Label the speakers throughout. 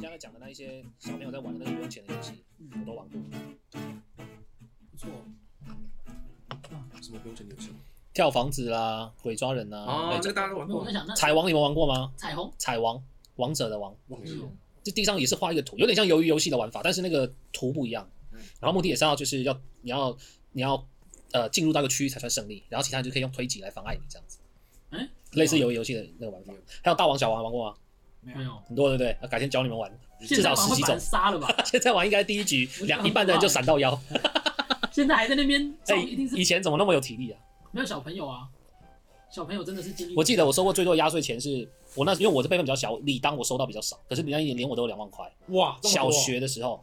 Speaker 1: 那一些小朋友在玩的那个不用钱的游戏，我
Speaker 2: 嗯，
Speaker 1: 都玩过。
Speaker 2: 不错。啊，
Speaker 3: 什么不用钱的游戏？
Speaker 1: 跳房子啦，鬼抓人啦、
Speaker 3: 哦，
Speaker 1: 那
Speaker 3: 这个
Speaker 1: 种
Speaker 3: 大家都玩
Speaker 2: 没有我
Speaker 3: 过
Speaker 2: 在。想那
Speaker 1: 彩王你们玩过吗？
Speaker 2: 彩虹，
Speaker 1: 彩王，王者的王，
Speaker 3: 忘记了
Speaker 2: 嗯，
Speaker 1: 这地上也是画一个图，有点像鱿鱼游戏的玩法，但是那个图不一样
Speaker 3: 嗯。
Speaker 1: 然后目的也是要就是要你要你要呃进入到一个区域才算胜利，然后其他人就可以用推挤来妨碍你这样子。
Speaker 2: 嗯，
Speaker 1: 类似鱿鱼游戏的那个玩法
Speaker 3: 没有，
Speaker 1: 还有大王小王玩过吗？
Speaker 3: 没
Speaker 2: 没有，
Speaker 1: 很多对不对？啊改天教你们玩。
Speaker 2: 现
Speaker 1: 至
Speaker 2: 在玩
Speaker 1: 少十
Speaker 2: 会
Speaker 1: 几
Speaker 2: 把
Speaker 1: 种
Speaker 2: 人杀 了吧？
Speaker 1: 现在玩应该第一局
Speaker 2: 我觉得
Speaker 1: 两
Speaker 2: 很
Speaker 1: 一半的人就
Speaker 2: 棒
Speaker 1: 闪到腰。
Speaker 2: 现在还在那 边，
Speaker 1: 哎、
Speaker 2: 这一定是
Speaker 1: 以前怎么那么有体力啊？
Speaker 2: 没有小朋友啊，小朋友真的是经历。
Speaker 1: 我记得我收过最多压岁钱是，我那因为我这辈分比较小，理当我收到比较少，可是人家一年连我都有两万块。
Speaker 3: 哇，这么
Speaker 1: 小
Speaker 3: 多
Speaker 1: 学的时候，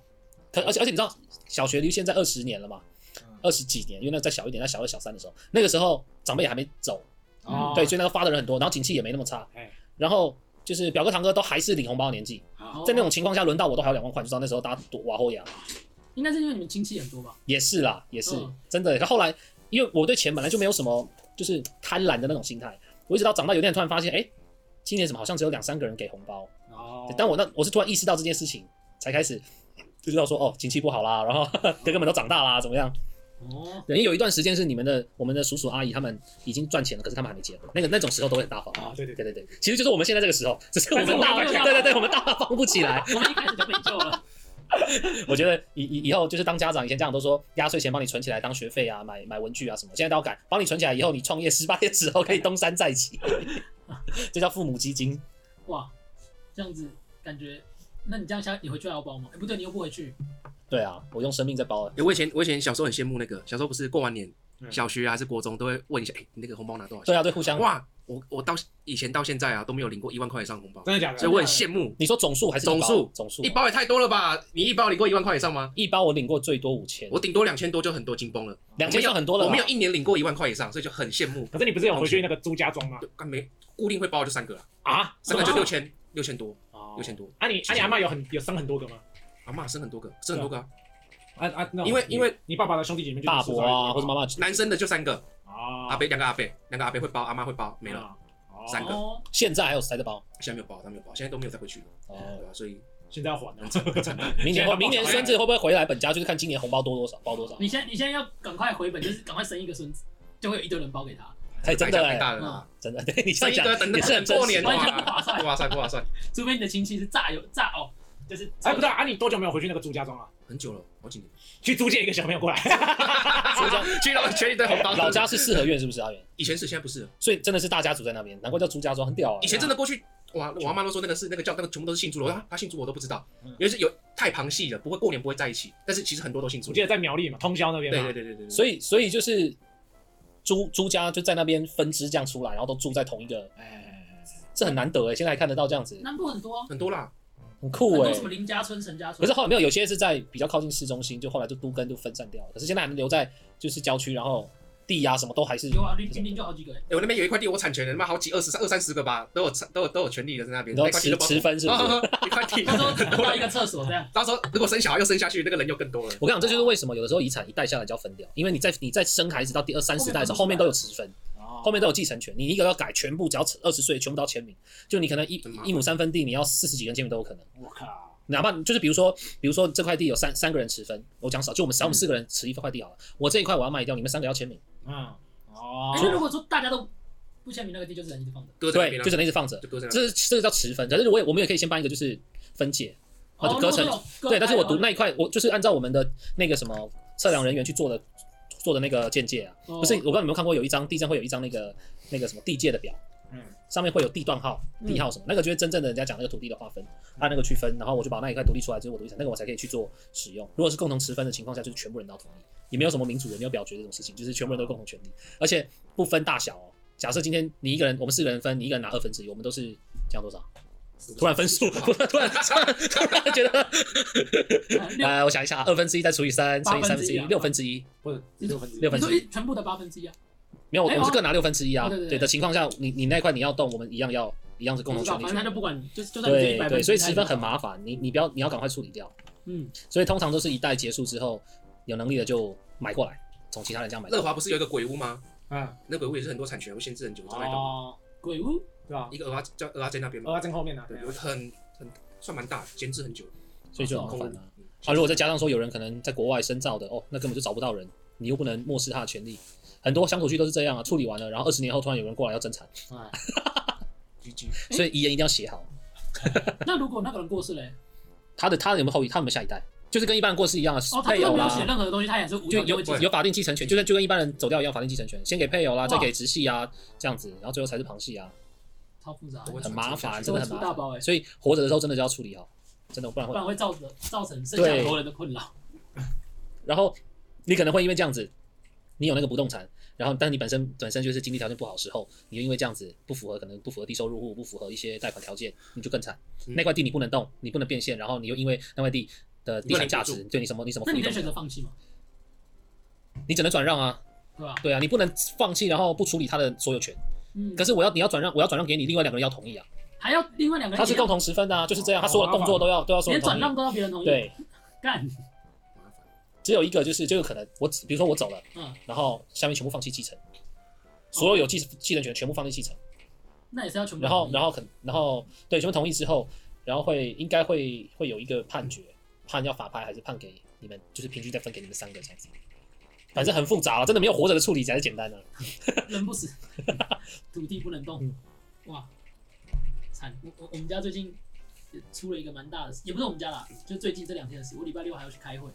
Speaker 1: 可而且而且你知道，小学离现在二十年了嘛
Speaker 3: 嗯，
Speaker 1: 二十几年，因为那再小一点，在小二小三的时候，那个时候长辈也还没走，
Speaker 3: 哦，
Speaker 1: 对，所以那个发的人很多，然后景气也没那么差
Speaker 3: 哎，
Speaker 1: 然后。就是表哥堂哥都还是领红包的年纪，
Speaker 2: 好
Speaker 3: 哦
Speaker 1: 在那种情况下，轮到我都还有两万块，就知道那时候大家多哇吼呀，
Speaker 2: 应该是因为你们亲戚很多吧？
Speaker 1: 也是啦，也是、
Speaker 2: 嗯
Speaker 1: 真的。可后来，因为我对钱本来就没有什么就是贪婪的那种心态，我一直到长大有一天突然发现，哎、今年怎么好像只有两三个人给红包？
Speaker 3: 哦
Speaker 1: 对但我那我是突然意识到这件事情，才开始就知道说，哦，景气不好啦，然后 哥哥们都长大啦，怎么样？
Speaker 2: 哦，
Speaker 1: 对因为有一段时间是你们的我们的叔叔阿姨他们已经赚钱了，可是他们还没结婚，那个那种时候都会很大方。
Speaker 4: 哦
Speaker 3: 啊，对对
Speaker 1: 对
Speaker 3: 对，
Speaker 1: 对对，其实就是我们现在这个时候，只是我们
Speaker 2: 但是
Speaker 1: 大
Speaker 2: 我
Speaker 1: 方，
Speaker 2: 们没有
Speaker 1: 对对对，我们大方不起来。
Speaker 2: 我们一开始就被救了。
Speaker 1: 我觉得以以以后就是当家长，以前家长都说压岁钱帮你存起来当学费啊，买买文具啊什么，现在都要改，帮你存起来以后，你创业失败的时候可以东山再起， 这叫父母基金。
Speaker 2: 哇，这样子感觉，那你这样下你回去还要包吗？哎、不对，你又不回去，
Speaker 1: 对啊，我用生命在包了。
Speaker 3: 哎我以前我以前小时候很羡慕那个，小时候不是过完年，
Speaker 1: 嗯
Speaker 3: 小学啊还是国中都会问一下，哎，你那个红包拿多少钱？
Speaker 1: 对啊，对，互相。
Speaker 3: 哇，我我到以前到现在啊都没有领过一万块以上红包，
Speaker 4: 真的假的？
Speaker 3: 所以我很羡慕。
Speaker 1: 你说总数还是一
Speaker 3: 总
Speaker 1: 包
Speaker 3: 数
Speaker 1: 总数
Speaker 3: 一包也太多了吧？你一包领过一万块以上吗？
Speaker 1: 一包我领过最多五千，
Speaker 3: 我顶多两千多就很多金崩了，
Speaker 1: 两千
Speaker 3: 我没有
Speaker 1: 算很多了
Speaker 3: 我
Speaker 1: 啦
Speaker 3: 没有一年领过一万块以上，所以就很羡慕。
Speaker 4: 可是你不是有回去那个朱家庄吗？
Speaker 3: 干没固定会包就三个了，
Speaker 4: 啊，
Speaker 3: 三个就
Speaker 4: 什么
Speaker 3: 六千六千多，
Speaker 4: 哦
Speaker 3: 六千多。
Speaker 4: 啊你啊你阿妈有很有生很多个吗？
Speaker 3: 阿妈生很多个，生很多个啊，
Speaker 4: 啊啊，那
Speaker 3: 因为因为
Speaker 4: 你爸爸的兄弟姐妹就是
Speaker 1: 大伯啊，或者妈妈
Speaker 3: 男生的就三个，
Speaker 4: 啊
Speaker 3: 阿伯两个阿伯，两个阿伯会包，阿妈会包，没了。，
Speaker 4: 哦
Speaker 3: 三个
Speaker 2: 哦，
Speaker 1: 现在还有谁在包？
Speaker 3: 现在没有包，他没有包，现在都没有再回去了，
Speaker 1: 哦，
Speaker 3: 对吧？所以
Speaker 4: 现在要还了
Speaker 3: 很。惨很惨。
Speaker 1: 明
Speaker 4: 现在
Speaker 1: 年
Speaker 4: 都
Speaker 1: 会明年
Speaker 4: 包小孩
Speaker 1: 孙子会不会回来本家，就是看今年红包多多少，包多少。
Speaker 2: 你现在你现在要赶快回本，就是赶快生一个孙子，就会有一堆人包给他，
Speaker 1: 哎真的
Speaker 3: 太大了啊，
Speaker 1: 真的，对你这
Speaker 3: 生
Speaker 1: 样
Speaker 3: 一
Speaker 1: 讲
Speaker 3: 个等
Speaker 1: 也是
Speaker 3: 等
Speaker 1: 很真
Speaker 3: 过
Speaker 1: 实
Speaker 3: 年
Speaker 2: 完全
Speaker 3: 哇
Speaker 2: 不划算。
Speaker 3: 哇塞哇塞，
Speaker 2: 除非你的亲戚是炸有炸哦，就是
Speaker 4: 哎，不知道啊，你多久没有回去那个朱家庄了？啊
Speaker 3: 很久了，好几年。
Speaker 4: 去租借一个小朋友过来，
Speaker 1: 所以这样
Speaker 3: 去老全一堆红包，
Speaker 1: 老家是四合院是不是阿元？
Speaker 3: 以前是，现在不是了。
Speaker 1: 所以真的是大家族在那边，难怪叫朱家庄，很屌啊。
Speaker 3: 以前真的过去，哇，我阿妈都说那个是那个叫那个全部都是姓朱的，我说啊他姓朱我都不知道
Speaker 1: 嗯，
Speaker 3: 因为是有太旁系了，不会过年不会在一起，但是其实很多都姓朱
Speaker 4: 我。记得在苗栗嘛，通宵那边
Speaker 3: 对
Speaker 4: 嘛。
Speaker 3: 对对对对，
Speaker 1: 所
Speaker 3: 以
Speaker 1: 以所以就是朱朱家就在那边分支这样出来，然后都住在同一个，
Speaker 4: 哎
Speaker 1: 这很难得哎，现在还看得到这样子，
Speaker 2: 南部很多啊，
Speaker 3: 很多啦，
Speaker 1: 很
Speaker 2: 很
Speaker 1: 酷哎
Speaker 2: 多。什么林家村、陈家
Speaker 1: 可
Speaker 2: 村
Speaker 1: 是，后来没有，有些是在比较靠近市中心，就后来就都跟就分散掉了。可是现在还能留在就是郊区，然后地啊什么都还是
Speaker 2: 有啊，林林就好几个欸，
Speaker 3: 哎，我那边有一块地，我产权人，妈好几二十三二三十个吧，都有都有都有权利的在那边，
Speaker 1: 你都
Speaker 3: 那块地
Speaker 1: 持
Speaker 3: 都包
Speaker 1: 持分是不是？
Speaker 3: 啊啊啊一块地，
Speaker 2: 他说只到一个厕所这样，
Speaker 3: 到时候如果生小孩又生下去，那个人又更多了。
Speaker 1: 我跟你讲，这就是为什么有的时候遗产一代下来就要分掉，因为你在你在生孩子到第二三十代的时候，后
Speaker 2: 后
Speaker 1: 面
Speaker 2: 面
Speaker 1: 都
Speaker 2: 都
Speaker 1: 有持分，
Speaker 4: 哎
Speaker 1: 后面都有继承权。你一个要改，全部只要二十岁，全部都要签名。就你可能一
Speaker 3: 真麻烦
Speaker 1: 一亩三分地，你要四十几个人签名都有可能。
Speaker 4: 哦我靠，
Speaker 1: 哪怕就是比如说，比如说这块地有三三个人持分，我讲少，就我们少我们四个人持一块地好了。我这一块我要卖掉，你们三个要签名，
Speaker 4: 嗯，哦
Speaker 2: 哎，那如果说大家都不签名，那个地就是人一直放着，
Speaker 3: 搁在那
Speaker 1: 对
Speaker 3: 边，啊
Speaker 1: 就只能一直放着。
Speaker 3: 就搁在那边。
Speaker 1: 这是这个叫持分，可是我也我们也可以先办一个就是分解，或者
Speaker 2: 哦
Speaker 1: 隔层
Speaker 2: 如果说有
Speaker 1: 对，但是我读
Speaker 2: 隔开
Speaker 1: 那一块，我就是按照我们的那个什么测量人员去做的做的那个见解啊，
Speaker 2: 哦
Speaker 1: 不是我不知道你们有没有看过，有一张地震会有一张那个那个什么地界的表，
Speaker 4: 嗯
Speaker 1: 上面会有地段号、
Speaker 2: 嗯
Speaker 1: 地号什么，那个就是真正的人家讲那个土地的划分，按那个区分，然后我就把那一块独立出来，就是我独立产，那个我才可以去做使用。如果是共同持分的情况下，就是全部人都要同意，也没有什么民主，也没有表决这种事情，就是全部人都共同权利，而且不分大小哦。假设今天你一个人，我们四个人分，你一个人拿二分之一，我们都是这样多少？突然分数，突然 突然突然突然觉 得
Speaker 2: 呃六
Speaker 1: 来，我想一下，二分之一再除以三，乘以三分之一，啊六分之一，
Speaker 4: 或者嗯六分之一
Speaker 1: 六分
Speaker 2: 你
Speaker 1: 之
Speaker 2: 说
Speaker 1: 一。
Speaker 2: 一全部的八分之一啊？
Speaker 1: 没有，我们是各拿六分之一啊。
Speaker 2: 哦对对对
Speaker 1: 对的情况下，你你那块你要动，我们一样要一样是共
Speaker 2: 不
Speaker 1: 同
Speaker 2: 知道，
Speaker 1: 权
Speaker 2: 反正他就
Speaker 1: 利。
Speaker 2: 不管，就是就算你这
Speaker 1: 对
Speaker 2: 一百
Speaker 1: 对，
Speaker 2: 分，
Speaker 1: 所以持分很麻烦，你你不要你要赶快处理掉。
Speaker 2: 嗯，
Speaker 1: 所以通常都是一代结束之后，有能力的就买过来，从其他人家买 过
Speaker 3: 乐
Speaker 1: 来。
Speaker 3: 华不是有一个鬼屋吗？
Speaker 4: 嗯，
Speaker 3: 那鬼屋也是很多产权会限制很久，在那栋
Speaker 4: 哦，
Speaker 2: 鬼屋
Speaker 4: 对吧？哦
Speaker 3: 一个鹅啊叫鹅啊在那边嘛，
Speaker 4: 鹅在正后面呢，
Speaker 3: 对，有很很算蛮大，监制很久。
Speaker 1: 所以就很麻烦
Speaker 4: 是
Speaker 1: 啊。啊，如果再加上说有人可能在国外深造的，哦，那根本就找不到人，你又不能漠视他的权利。很多乡土剧都是这样啊，处理完了，然后二十年后突然有人过来要争产，
Speaker 4: 哎，居居，
Speaker 1: 所以遗言一定要写好。
Speaker 2: 那如果那个人过世嘞，
Speaker 1: 他的他有没有后裔？他有没有下一代？就是跟一般人过世一样啊
Speaker 2: 哦，，他根
Speaker 1: 配
Speaker 2: 本
Speaker 1: 偶
Speaker 2: 没有
Speaker 1: 啦，
Speaker 2: 写任何东西，他也是无
Speaker 1: 就
Speaker 2: 条件
Speaker 1: 有
Speaker 2: 会继
Speaker 3: 对
Speaker 2: 承。
Speaker 1: 有法定继承权，就跟就跟一般人走掉一样，法定继承权先给配偶啦，
Speaker 2: 哇
Speaker 1: 再给直系啊，这样子，然后最后才是旁系啊，
Speaker 2: 超复杂的，
Speaker 3: 我
Speaker 1: 很麻烦，
Speaker 2: 这
Speaker 1: 真
Speaker 2: 会
Speaker 1: 的很
Speaker 2: 出
Speaker 1: 麻
Speaker 2: 大包
Speaker 1: 烦。
Speaker 2: 哎，
Speaker 1: 所以活着的时候真的就要处理好，真的不然
Speaker 2: 不
Speaker 1: 会。
Speaker 2: 然会造成造成剩下很多人的困扰。
Speaker 1: 然后你可能会因为这样子，你有那个不动产，然后但你本身本身就是经济条件不好的时候，你就因为这样子不符合可能不符合低收入户，不符合一些贷款条件，你就更惨。
Speaker 3: 嗯
Speaker 1: 那块地你不能动，你不能变现，然后你又因为那块地的地产价
Speaker 3: 你不
Speaker 1: 值
Speaker 3: 能
Speaker 1: 对你什么你什么
Speaker 2: 那
Speaker 1: 福利
Speaker 2: 你可以
Speaker 1: 都没
Speaker 2: 选择
Speaker 1: 有，
Speaker 2: 放弃嘛，
Speaker 1: 你只能转让啊，
Speaker 2: 对吧？
Speaker 1: 对啊，你不能放弃然后不处理他的所有权。
Speaker 2: 嗯
Speaker 1: 可，是我要你要转让，我要转让给你，另外两个人要同意啊，
Speaker 2: 还要另外两个人
Speaker 1: 他是
Speaker 2: 也要哦
Speaker 1: 共同十分的啊，就是这样，他所有的动作都要都要说
Speaker 2: 连
Speaker 1: 同
Speaker 2: 转
Speaker 1: 意。
Speaker 2: 让都要别人同意，
Speaker 1: 对，
Speaker 2: 干，
Speaker 3: 麻烦
Speaker 1: 只有一个就是就有可能我只比如说我走了，
Speaker 2: 嗯，
Speaker 1: 然后下面全部放弃继承，所有有继继承权全部放弃继承。
Speaker 2: 那也是要全部
Speaker 1: 然
Speaker 2: 同意。
Speaker 1: 后然后可然后对全部同意之后，然后会应该会会有一个判决，判要法拍还是判给你们，就是平均再分给你们三个这样子。反正很复杂了，真的没有活着的处理才是简单的、
Speaker 2: 人不死，土地不能动，
Speaker 1: 嗯
Speaker 2: 哇，惨！我我我们家最近出了一个蛮大的事，也不是我们家啦，就最近这两天的事。我礼拜六还要去开会，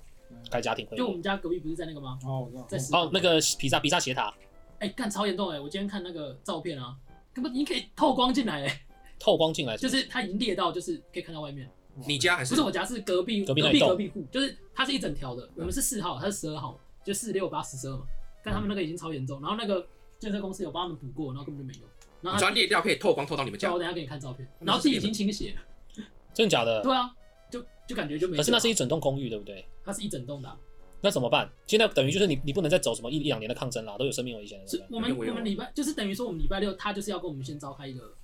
Speaker 1: 开家庭会议
Speaker 2: 就我们家隔壁不是在那个吗？
Speaker 4: 哦，我知
Speaker 2: 在
Speaker 4: 道，
Speaker 2: 石
Speaker 1: 哦，那个比萨比萨斜塔
Speaker 2: 哎干超严重哎、我今天看那个照片啊，根本已经可以透光进来哎、
Speaker 1: 透光进来
Speaker 2: 就是是它已经裂到就是可以看到外面。
Speaker 3: 你家还
Speaker 2: 不
Speaker 3: 是
Speaker 2: 是我家是隔壁
Speaker 1: 隔
Speaker 2: 隔
Speaker 1: 壁
Speaker 2: 壁
Speaker 1: 那
Speaker 2: 隔
Speaker 1: 一
Speaker 2: 壁
Speaker 1: 栋
Speaker 2: 户，就是它是一整条的，我们是四号，它是十二号，就四六八十十二嘛。但他们那个已经超严重，然后那个建设公司有帮他们补过，然后根本就没用。
Speaker 1: 嗯
Speaker 2: 然后
Speaker 3: 你只要
Speaker 2: 他
Speaker 3: 裂掉可以透光透到你们家
Speaker 2: 叫我，等一下给你看照片，然后自己已经倾斜了。
Speaker 1: 真的假的？
Speaker 2: 对啊，就就感觉就没。
Speaker 1: 可是那是一整栋公寓，对不对？
Speaker 2: 它是一整栋的啊、
Speaker 1: 那怎么办？现在等于就是你你不能再走什么一一两年的抗争啦，都有生命危险了。对
Speaker 2: 是
Speaker 1: 不
Speaker 2: 我们
Speaker 3: 那边我
Speaker 2: 我
Speaker 3: 有
Speaker 2: 们礼拜就是等于说我们礼拜六他就是要跟我们先召开一个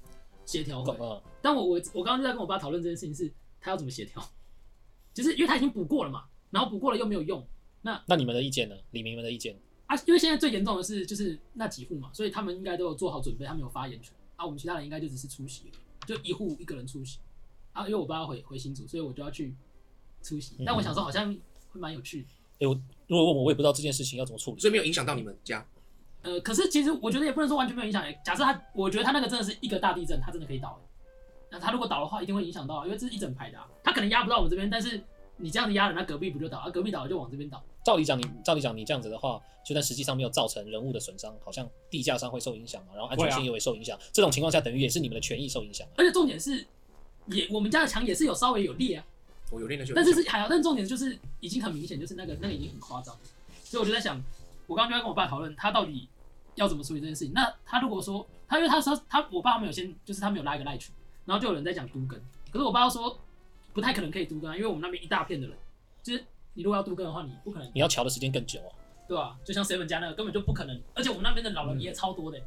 Speaker 2: 协调会
Speaker 1: 对，嗯，
Speaker 2: 但我我我刚刚就在跟我爸讨论这件事情是，他要怎么协调，就是因为他已经补过了嘛，然后补过了又没有用
Speaker 1: 那你们的意见呢？李明们的意见？
Speaker 2: 啊，因为现在最严重的是就是那几户嘛，所以他们应该都有做好准备，他们有发言权啊，我们其他人应该就只是出席了，就一户一个人出席啊，因为我爸要回回新竹，所以我就要去出席，但我想说好像会蛮有趣的
Speaker 1: 如果问我，我也不知道这件事情要怎么处理。
Speaker 3: 所以没有影响到你们家。
Speaker 2: 呃，可是其实我觉得也不能说完全没有影响。假设他，我觉得他那个真的是一个大地震，他真的可以倒。欸那他如果倒的话，一定会影响到，因为这是一整排的、啊，他可能压不到我们这边，但是你这样子压了，那隔壁不就倒？啊，隔壁倒了就往这边倒。
Speaker 1: 照理讲，你照理讲，你这样子的话，就算实际上没有造成人物的损伤，好像地价上会受影响嘛，然后安全性也会受影响。这种情况下，等于也是你们的权益受影响啊。
Speaker 2: 而且重点是，也我们家的墙也是有稍微有裂啊，
Speaker 3: 我有练那些，
Speaker 2: 但是是还好，但重点就是已经很明显，就是那个那个已经很夸张了。所以我就在想，我刚刚就在跟我爸讨论，他到底要怎么处理这件事情。那他如果说他，因为他说他我爸他们有先就是他们有拉一个赖群，然后就有人在讲都跟，可是我爸说不太可能可以都跟、啊，因为我们那边一大片的人，就是你如果要都跟的话，你不可能
Speaker 1: 你要瞧的时间更久啊，
Speaker 2: 对吧、就像 seven 家那个根本就不可能，而且我们那边的老人也超多的、欸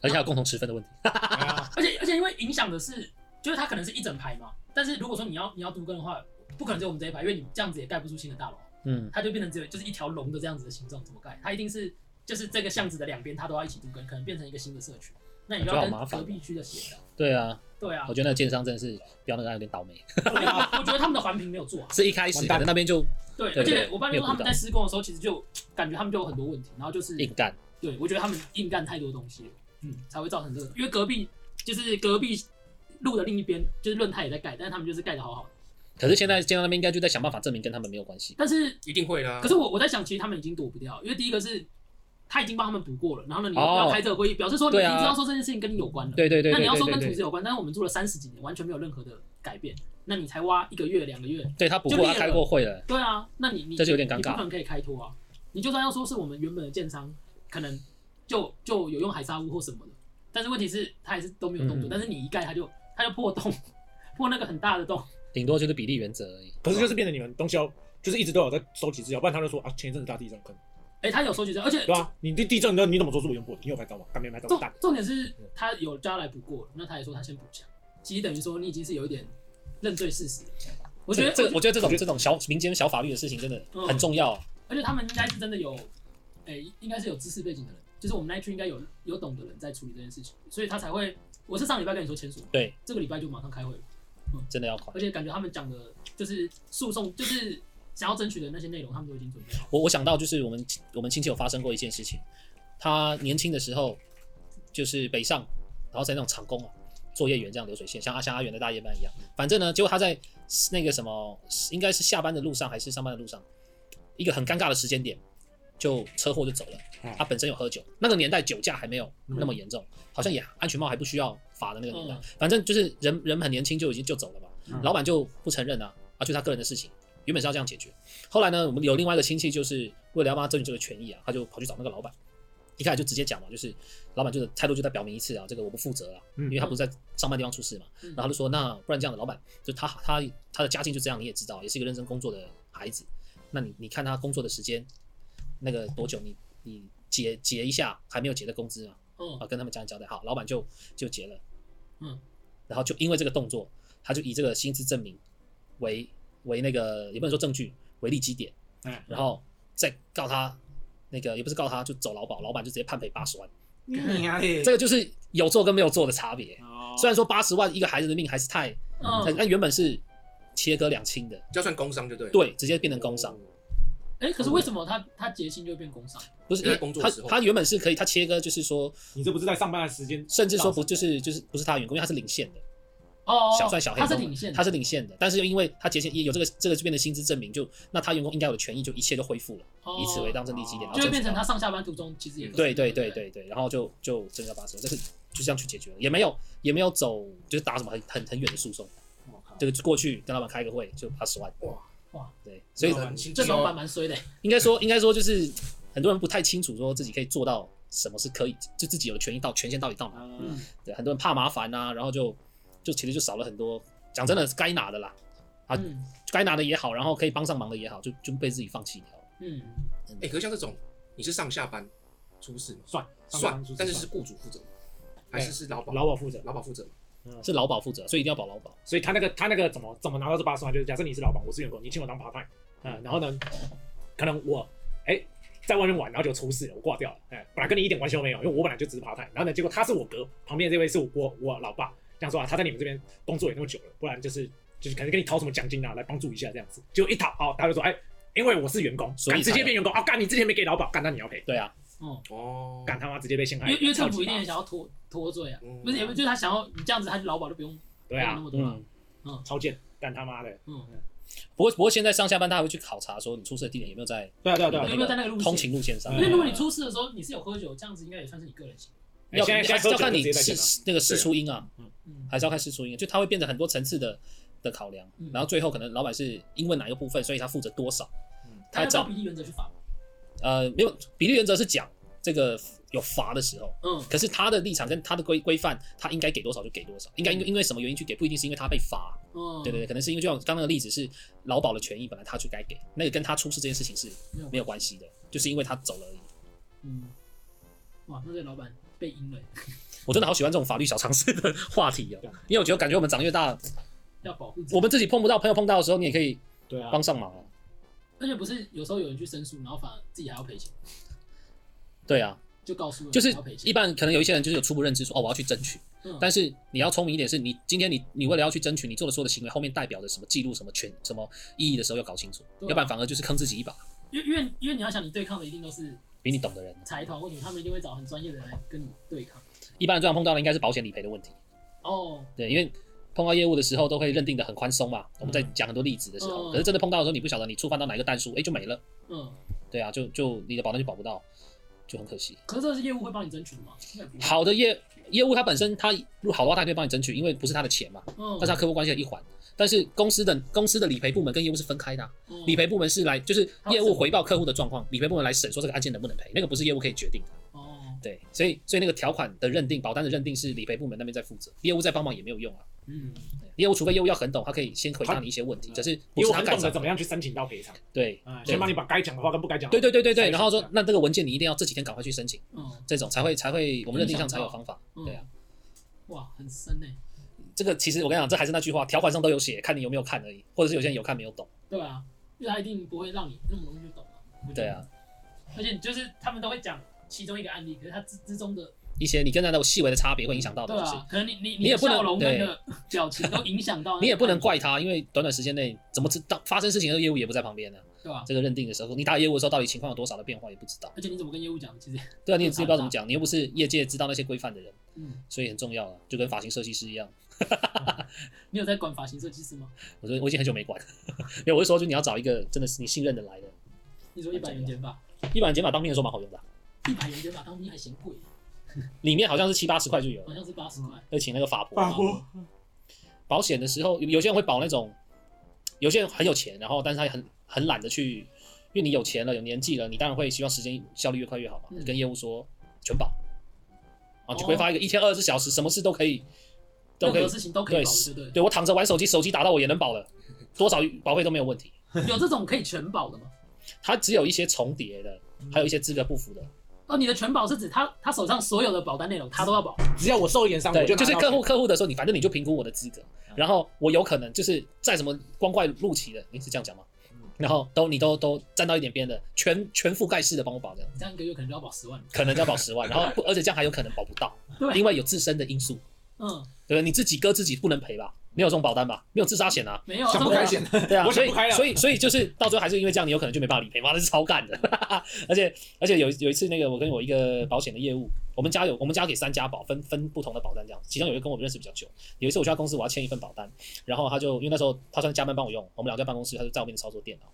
Speaker 1: 而且还有共同持分的问题。
Speaker 4: 啊
Speaker 2: 而且而且因为影响的是，就是他可能是一整排嘛，但是如果说你要你要都跟的话，不可能只有我们这一排，因为你这样子也盖不出新的大楼。
Speaker 1: 嗯，
Speaker 2: 它就变成只有就是一条龙的这样子的形状，怎么盖？它一定是就是这个巷子的两边，它都要一起都跟，可能变成一个新的社区。那你就
Speaker 1: 这
Speaker 2: 要
Speaker 1: 好麻
Speaker 2: 跟
Speaker 1: 烦
Speaker 2: 隔
Speaker 1: 哦
Speaker 2: 壁区的协 调。
Speaker 1: 对啊，
Speaker 2: 对啊，
Speaker 1: 我
Speaker 2: 我
Speaker 1: 觉得那个建商真的是标那个案有点倒霉，
Speaker 2: 我觉得他们的环评没有做好。
Speaker 1: 是一开始
Speaker 4: 完
Speaker 1: 可
Speaker 4: 蛋
Speaker 1: 能那边就
Speaker 2: 对，
Speaker 1: 对
Speaker 2: 而
Speaker 1: 对
Speaker 2: 且
Speaker 1: 对
Speaker 2: 我爸
Speaker 1: 没
Speaker 2: 就
Speaker 1: 有
Speaker 2: 说他
Speaker 1: 顾
Speaker 2: 们
Speaker 1: 到
Speaker 2: 在施工的时候，其实就感觉他们就有很多问题，然后就是
Speaker 1: 硬干。
Speaker 2: 对我觉得他们硬干太多东西了，嗯，才会造成这个。因为隔壁就是隔壁路的另一边，就是论泰也在盖，但是他们就是盖的好好的。
Speaker 1: 可是现在建商那边应该就在想办法证明跟他们没有关系。
Speaker 2: 但是
Speaker 3: 一定会的啊。
Speaker 2: 可是我我在想，其实他们已经躲不掉，因为第一个是他已经帮他们补过了，然后呢，你又不要开这个会议，表示说你已
Speaker 1: 哦对啊
Speaker 2: 经知道说这件事情跟你有关了。
Speaker 1: 对对对
Speaker 2: 那
Speaker 1: 对
Speaker 2: 你要
Speaker 1: 对
Speaker 2: 说跟
Speaker 1: 对
Speaker 2: 土
Speaker 1: 对
Speaker 2: 质，有关，但是我们做了三十几年，完全没有任何的改变，那你才挖一个月、两个月，
Speaker 1: 对他补
Speaker 2: 就
Speaker 1: 过，
Speaker 2: 裂
Speaker 1: 他
Speaker 2: 了
Speaker 1: 开过会了，
Speaker 2: 对啊，那你你
Speaker 1: 这就有点尴
Speaker 2: 你不可
Speaker 1: 尬。
Speaker 2: 能可以开脱啊！你就算要说是我们原本的建商，可能就就有用海沙屋或什么的，但是问题是他还是都没有动作，
Speaker 1: 嗯
Speaker 2: 但是你一盖他就他就破洞，破那个很大的洞，
Speaker 1: 顶多就是比例原则而已。
Speaker 4: 可是就是变成你们东西要，就是一直都有在收集资料，不然他就说啊，前一阵子大地震坑，
Speaker 2: 哎、他有收集证，而且
Speaker 4: 对
Speaker 1: 啊
Speaker 4: 吧、你地地震你你怎么说是我用过？你有拍照吗？干没拍照？
Speaker 2: 重
Speaker 3: 哦
Speaker 4: 蛋
Speaker 2: 重点是他有叫他来补过，那他也说他先补强，其实等于说你已经是有一点认罪事实了。我觉得
Speaker 1: 这个，我觉得这
Speaker 4: 我
Speaker 1: 种
Speaker 4: 觉得
Speaker 1: 这种小民间小法律的事情真的
Speaker 2: 嗯
Speaker 1: 很重要啊。
Speaker 2: 而且他们应该是真的有，诶、应该是有知识背景的人，就是我们那一区应该有有懂的人在处理这件事情，所以他才会。我是上礼拜跟你说签署，
Speaker 1: 对，
Speaker 2: 这个礼拜就马上开会了，
Speaker 1: 真的要快。
Speaker 2: 而且感觉他们讲的就是诉讼，就是想要争取的那些内容，他们都已经准备好。
Speaker 1: 我我想到就是我们我们亲戚有发生过一件事情，他年轻的时候就是北上，然后在那种厂工啊，作业员这样流水线，像阿像阿元的大夜班一样。反正呢，结果他在那个什么，应该是下班的路上还是上班的路上，一个很尴尬的时间点，就车祸就走了。
Speaker 4: 嗯
Speaker 1: 他本身有喝酒，那个年代酒驾还没有那么严重，好像也安全帽还不需要罚的那个年代。
Speaker 2: 嗯
Speaker 1: 反正就是人人很年轻就已经就走了嘛，
Speaker 4: 嗯
Speaker 1: 老板就不承认啊，啊，就是他个人的事情，原本是要这样解决。后来呢，我们有另外一个亲戚，就是为了要帮他争取这个权益啊，他就跑去找那个老板，一开始就直接讲嘛，就是老板就是态度就在表明一次啊，这个我不负责啊，
Speaker 4: 嗯
Speaker 1: 因为他不是在上班地方出事嘛，
Speaker 2: 嗯
Speaker 1: 然后他就说那不然这样的，老板就他他他的家境就这样，你也知道，也是一个认真工作的孩子，那你你看他工作的时间那个多久你，你结结一下还没有结的工资啊，
Speaker 2: 嗯
Speaker 1: 啊，跟他们家人交代好，老板就就结了，
Speaker 2: 嗯，
Speaker 1: 然后就因为这个动作，他就以这个薪资证明为为那个也不能说证据为立基点，
Speaker 4: 哎
Speaker 1: 然后再告他那个也不是告他，就走劳保，老板就直接判赔八十万，
Speaker 4: 你娘
Speaker 3: 啊
Speaker 4: 嘞
Speaker 1: 这！个就是有做跟没有做的差别。
Speaker 4: 哦
Speaker 1: 虽然说八十万一个孩子的命还是太，太
Speaker 2: 嗯，
Speaker 1: 那原本是切割两清的，
Speaker 3: 就要算工伤就对了。，
Speaker 1: 对，直接变成工伤，
Speaker 2: 哎，可是为什么他他结清就会变工伤？
Speaker 1: 不是因
Speaker 3: 因为
Speaker 1: 为
Speaker 3: 工作
Speaker 1: 他
Speaker 3: 的时候
Speaker 1: 他原本是可以，他切割就是说，
Speaker 4: 你这不是在上班的时间，
Speaker 1: 甚至说不就是就是不是他的员工，因为他是领现的。
Speaker 2: 哦，哦
Speaker 1: 小算小黑
Speaker 2: 他
Speaker 1: 工嘛，
Speaker 2: 是领先的，
Speaker 1: 他是领现的，但是因为他结线有这个这个这边的薪资证明，就那他员工应该有的权益就一切都恢复了，
Speaker 2: 哦
Speaker 1: 以此为当政利基点，然后
Speaker 2: 就会变成
Speaker 1: 政府
Speaker 2: 他上下班途中其实也可以
Speaker 1: 对对对，对对，然后就就增加八十，这是就这样去解决了，也没有也没有走就是打什么很很很远的诉讼，
Speaker 3: 哦
Speaker 4: 我靠
Speaker 1: 这个过去跟老板开个会就八十万，
Speaker 3: 哇
Speaker 2: 哇，
Speaker 1: 对，所以
Speaker 4: 老板
Speaker 3: 很辛苦
Speaker 2: 这
Speaker 3: 哦
Speaker 2: 老板蛮衰的。
Speaker 1: 应该说应该说就是很多人不太清楚说自己可以做到什么是可以就自己有的权益到权限到底到哪，
Speaker 4: 嗯
Speaker 1: 对，很多人怕麻烦啊，然后就就其实就少了很多，讲真的该拿的啦。啊
Speaker 2: 嗯
Speaker 1: 该拿的也好，然后可以帮上忙的也好，就就被自己放弃掉了。
Speaker 2: 嗯，
Speaker 3: 哎，可是像这种你是上下班出事吗
Speaker 4: 算
Speaker 3: 算，但是是
Speaker 4: 算
Speaker 3: 雇主负责吗，还是是劳保
Speaker 4: 劳保负责，
Speaker 3: 劳保负责吗？
Speaker 1: 是劳保负责，所以一定要保劳保。
Speaker 4: 所以他那个他那个怎么怎么拿到这八十万？就是假设你是老板，我是员工，你请我当 part time，嗯，然后呢，可能我哎、在外面玩，然后就出事了，我挂掉了，哎、本来跟你一点关系都没有，因为我本来就只是 part time，然后呢，结果他是我哥，旁边这位是我我我老爸，这样说啊，他在你们这边工作也那么久了，不然就是就是可能跟你讨什么奖金啊，来帮助一下这样子，结果一讨哦，他就说哎、因为我是员工，
Speaker 1: 所以
Speaker 4: 敢直
Speaker 1: 才
Speaker 4: 接
Speaker 1: 有
Speaker 4: 变员工啊，干你之前没给劳保，干那你要赔，
Speaker 1: 对啊，
Speaker 2: 哦，
Speaker 3: 哦，
Speaker 4: 干他妈直接被陷害，
Speaker 2: 因为因为
Speaker 4: 哎
Speaker 2: 政府
Speaker 4: 超级
Speaker 2: 一定
Speaker 4: 大
Speaker 2: 也想要脱脱罪啊
Speaker 3: 嗯，
Speaker 2: 不是，也不就是他想要你这样子，他就劳保就不用
Speaker 4: 对啊
Speaker 2: 那，么多了。
Speaker 1: 嗯。
Speaker 4: 超贱，干他妈的，
Speaker 2: 嗯，
Speaker 1: 不过不过现在上下班他还会去考察，说你出事的地点有没有在
Speaker 4: 对啊对啊对啊
Speaker 1: 那个
Speaker 2: 有没有在那个路线
Speaker 1: 通勤路线
Speaker 4: 嗯
Speaker 1: 上
Speaker 2: 因？为如果你出事的时候你是有喝酒，这样子应该也算是你个人行为。
Speaker 4: 哎
Speaker 1: 要
Speaker 4: 现在现在喝
Speaker 1: 要
Speaker 4: 酒就
Speaker 1: 看
Speaker 4: 直
Speaker 1: 你
Speaker 4: 接在检
Speaker 1: 是那个事出因啊，
Speaker 2: 嗯，
Speaker 1: 还是要看事出因，就他会变成很多层次的的考量
Speaker 2: 嗯，
Speaker 1: 然后最后可能老板是因为哪一个部分，所以他负责多少。
Speaker 4: 嗯
Speaker 2: 他要
Speaker 1: 找
Speaker 2: 照比例原则去罚。
Speaker 1: 呃，没有比例原则是讲这个有罚的时候，
Speaker 2: 嗯
Speaker 1: 可是他的立场跟他的规规范，他应该给多少就给多少，应该因为因为什么原因去给，不一定是因为他被罚，
Speaker 2: 嗯，
Speaker 1: 对对对，可能是因为就像刚刚的例子是劳保的权益本来他就该给，那个跟他出事这件事情是
Speaker 2: 没有
Speaker 1: 没有关系的，就是因为他走了而已。
Speaker 2: 嗯，哇，那这老板被阴了，
Speaker 1: 我真的好喜欢这种法律小常识的话题哦、
Speaker 4: 对啊
Speaker 1: 因为我觉得感觉我们长越大，
Speaker 2: 要保护自己
Speaker 1: 我。们自己碰不到，朋友碰到的时候，你也可以
Speaker 4: 对啊，
Speaker 1: 帮上忙啊。
Speaker 2: 而且不是有时候有人去申诉，然后反而自己还要赔钱，
Speaker 1: 对啊，
Speaker 2: 就告诉人
Speaker 1: 就是
Speaker 2: 要赔钱
Speaker 1: 一。般可能有一些人就是有初步认知说哦我要去争取，
Speaker 2: 嗯
Speaker 1: 但是你要聪明一点，是你今天你你为了要去争取，你做的所有的行为后面代表的什么记录、什么权、什么意义的时候要搞清楚，
Speaker 2: 对啊
Speaker 1: 要不然反而就是坑自己一把。
Speaker 2: 因为因为因为你要想，你对抗的一定都是
Speaker 1: 比你懂的人，嗯
Speaker 2: 财团或者他们一定会找很专业的人来跟你对抗。
Speaker 1: 一般人最常碰到的应该是保险理赔的问题。
Speaker 2: 哦，
Speaker 1: 对，因为碰到业务的时候都会认定的很宽松嘛。我们在讲很多例子的时候，
Speaker 2: 嗯
Speaker 1: 可是真的碰到的时候，你不晓得你触犯到哪一个单数，哎、就没了。
Speaker 2: 嗯，
Speaker 1: 对啊，就就你的保单就保不到，就很可惜。
Speaker 2: 可是这是业务会帮你争取的吗？应该不会，
Speaker 1: 好的业业务它本身它如果好的话，它也可以帮你争取，因为不是他的钱嘛，
Speaker 2: 嗯，
Speaker 1: 但是他客户关系的一环。但是公司的公司的理赔部门跟业务是分开的啊、
Speaker 2: 嗯
Speaker 1: 理赔部门是来就是
Speaker 2: 它
Speaker 1: 业
Speaker 2: 是
Speaker 1: 务回报客户的状况，理赔部门来审说这个案件能不能赔，那个不是业务可以决定的。
Speaker 2: 哦，
Speaker 1: 对，所以所以那个条款的认定，保单的认定是理赔部门那边在负责，业务再帮忙也没有用啊。
Speaker 2: 嗯，
Speaker 1: 业务除非业务要很懂，他可以先回答你一些问题，
Speaker 4: 他
Speaker 1: 只是不
Speaker 4: 因
Speaker 1: 是
Speaker 4: 为
Speaker 1: 他
Speaker 4: 很
Speaker 1: 干
Speaker 4: 懂
Speaker 1: 啥
Speaker 4: 得怎么样去申请到赔偿，
Speaker 1: 对
Speaker 4: 啊，
Speaker 1: 对
Speaker 4: 先帮你把该讲的话跟不该讲的
Speaker 1: 对
Speaker 4: 话
Speaker 1: 对对对对，
Speaker 4: 筛选
Speaker 1: 然后
Speaker 4: 一
Speaker 1: 说
Speaker 4: 下
Speaker 1: 那这个文件你一定要这几天赶快去申请，
Speaker 2: 嗯，
Speaker 1: 这种才会才会我们认定上才有
Speaker 2: 影响
Speaker 1: 方法。
Speaker 2: 嗯
Speaker 1: 对啊，
Speaker 2: 哇，很深欸呢。
Speaker 1: 这个其实我跟你讲，这还是那句话，条款上都有写，看你有没有看而已，或者是有些人有看没有懂。
Speaker 2: 对啊，因为他一定不会让你那么容易就懂啊。我觉得
Speaker 1: 对啊，
Speaker 2: 而且就是他们都会讲其中一个案例，可是他之之中的
Speaker 1: 一些你跟他那种细微的差别会影响到的
Speaker 2: 对
Speaker 1: 东西。
Speaker 2: 啊，可能你你
Speaker 1: 你也不能
Speaker 2: 笑容跟你的表情都影 响到，
Speaker 1: 你也不能怪他，因为短短时间内怎么知道发生事情的时候业务也不在旁边呢、啊
Speaker 2: 对吧？
Speaker 1: 这个认定的时候，你打业务的时候到底情况有多少的变化也不知道。
Speaker 2: 而且你怎么跟业务讲？其实，
Speaker 1: 对啊，你也自己不知道怎么讲，你又不是业界知道那些规范的人，
Speaker 2: 嗯，
Speaker 1: 所以很重要啊，就跟发型设计师一样。
Speaker 2: 你有在管发型设计师吗？
Speaker 1: 我说我已经很久没管， 没有，我是说就你要找一个真的是你信任的来的。
Speaker 2: 你说一百元剪发，
Speaker 1: 一般剪发当兵的时候蛮好用的啊、
Speaker 2: 一百元剪发当兵还嫌贵，
Speaker 1: 里面好像是七八十块就有
Speaker 2: 好
Speaker 1: 了，
Speaker 2: 像是八十块。
Speaker 1: 要请那个法婆嘛。
Speaker 4: 法国
Speaker 1: 保险的时候，有有些人会保那种，有些人很有钱，然后但是他很很懒得去，因为你有钱了，有年纪了，你当然会希望时间效率越快越好嘛。
Speaker 2: 嗯
Speaker 1: 你跟业务说全保，啊，就
Speaker 2: 哦
Speaker 1: 规发一个一天二十四小时，什么事都可以，都
Speaker 2: 任
Speaker 1: 可以
Speaker 2: 何。事情都可以保的，对不
Speaker 1: 对我躺着玩手机，手机打到我也能保了，多少保费都没有问题。
Speaker 2: 对？有这种可以全保的吗？
Speaker 1: 它只有一些重叠的，还有一些资格不符的。
Speaker 2: 哦，你的全保是指他他手上所有的保单内容他都要保，
Speaker 4: 只要我受一点伤，我
Speaker 1: 对，
Speaker 4: 就
Speaker 1: 就是
Speaker 4: 拿到嗯
Speaker 1: 客 户客户的时候，你反正你就评估我的资格，然后我有可能就是在什么光怪陆奇的，你是这样讲吗？
Speaker 4: 嗯
Speaker 1: 然后都你都都沾到一点边的，全全覆盖式的帮我保这样，
Speaker 2: 这样一个月可能就要保十万。
Speaker 1: 可能就要保 十万，然后不而且这样还有可能保不到，
Speaker 2: 对
Speaker 1: 因为有自身的因素，
Speaker 2: 嗯，
Speaker 1: 对不对？你自己割自己不能赔吧？没有这种保单吧？没有自杀险啊？
Speaker 2: 没有啊，
Speaker 4: 想不开险，
Speaker 1: 对啊，
Speaker 4: 我
Speaker 1: 所
Speaker 4: 想
Speaker 1: 以
Speaker 4: 不开了
Speaker 1: 所以所以就是到最后还是因为这样，你有可能就没办法理赔嘛，那是超干的。 而且而且有有一次那个我跟我一个保险的业务，我们家有我们家给三家保分分不同的保单这样，其中有一个跟我认识比较久，有一次我去他公司我要签一份保单，然后他就因为那时候他算是加班帮我用，我们俩在办公室，他就在我面前操作电脑，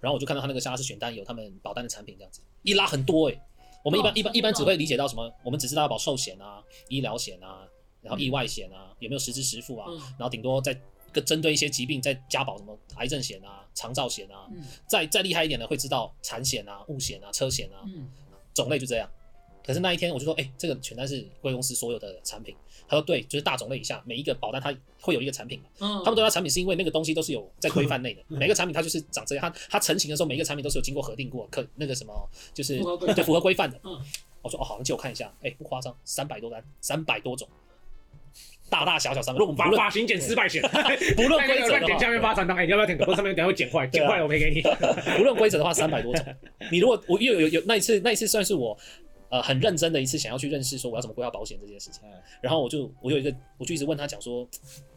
Speaker 1: 然后我就看到他那个下拉是选单有他们保单的产品这样子，一拉很多诶、欸我们一般
Speaker 2: 哇
Speaker 1: 一般一般只会
Speaker 4: 哦
Speaker 1: 理解到什么，我们只知道要保寿险啊、医疗险啊，然后意外险啊，有没有实支实付啊，
Speaker 2: 嗯
Speaker 1: 然后顶多再跟针对一些疾病再加保什么癌症险啊、长照险啊，
Speaker 2: 嗯
Speaker 1: 再再厉害一点的会知道产险啊、物险啊、车险啊，
Speaker 2: 嗯，
Speaker 1: 种类就这样。可是那一天我就说，哎、这个全单是贵公司所有的产品。他说对，就是大种类以下每一个保单它会有一个产品嘛，
Speaker 2: 嗯，
Speaker 1: 他们都叫产品是因为那个东西都是有在规范内的，每个产品它就是长这样，它它成型的时候每一个产品都是有经过核定过，可那个什么就是
Speaker 2: 符合规范
Speaker 1: 对符合规范的。
Speaker 2: 嗯
Speaker 1: 我说哦，好，那借我看一下，哎、不夸张，三百多单，三百多种，大大小小三百，不
Speaker 4: 发
Speaker 1: 论
Speaker 4: 发型剪失败险，
Speaker 1: 不 论
Speaker 4: 那
Speaker 1: 规
Speaker 4: 个
Speaker 1: 则
Speaker 4: 乱
Speaker 1: 的
Speaker 4: 点下面
Speaker 1: 话，
Speaker 4: 发传单，哎，你要不要舔？我上面等下会剪坏，剪坏了我赔给你。
Speaker 1: 不论规则的话，三百多种。你如果我有有有那一次，那一次算是我呃很认真的一次，想要去认识说我要怎么规划保险这件事情
Speaker 5: 嗯。
Speaker 1: 然后我就我有一个，我就一直问他讲说，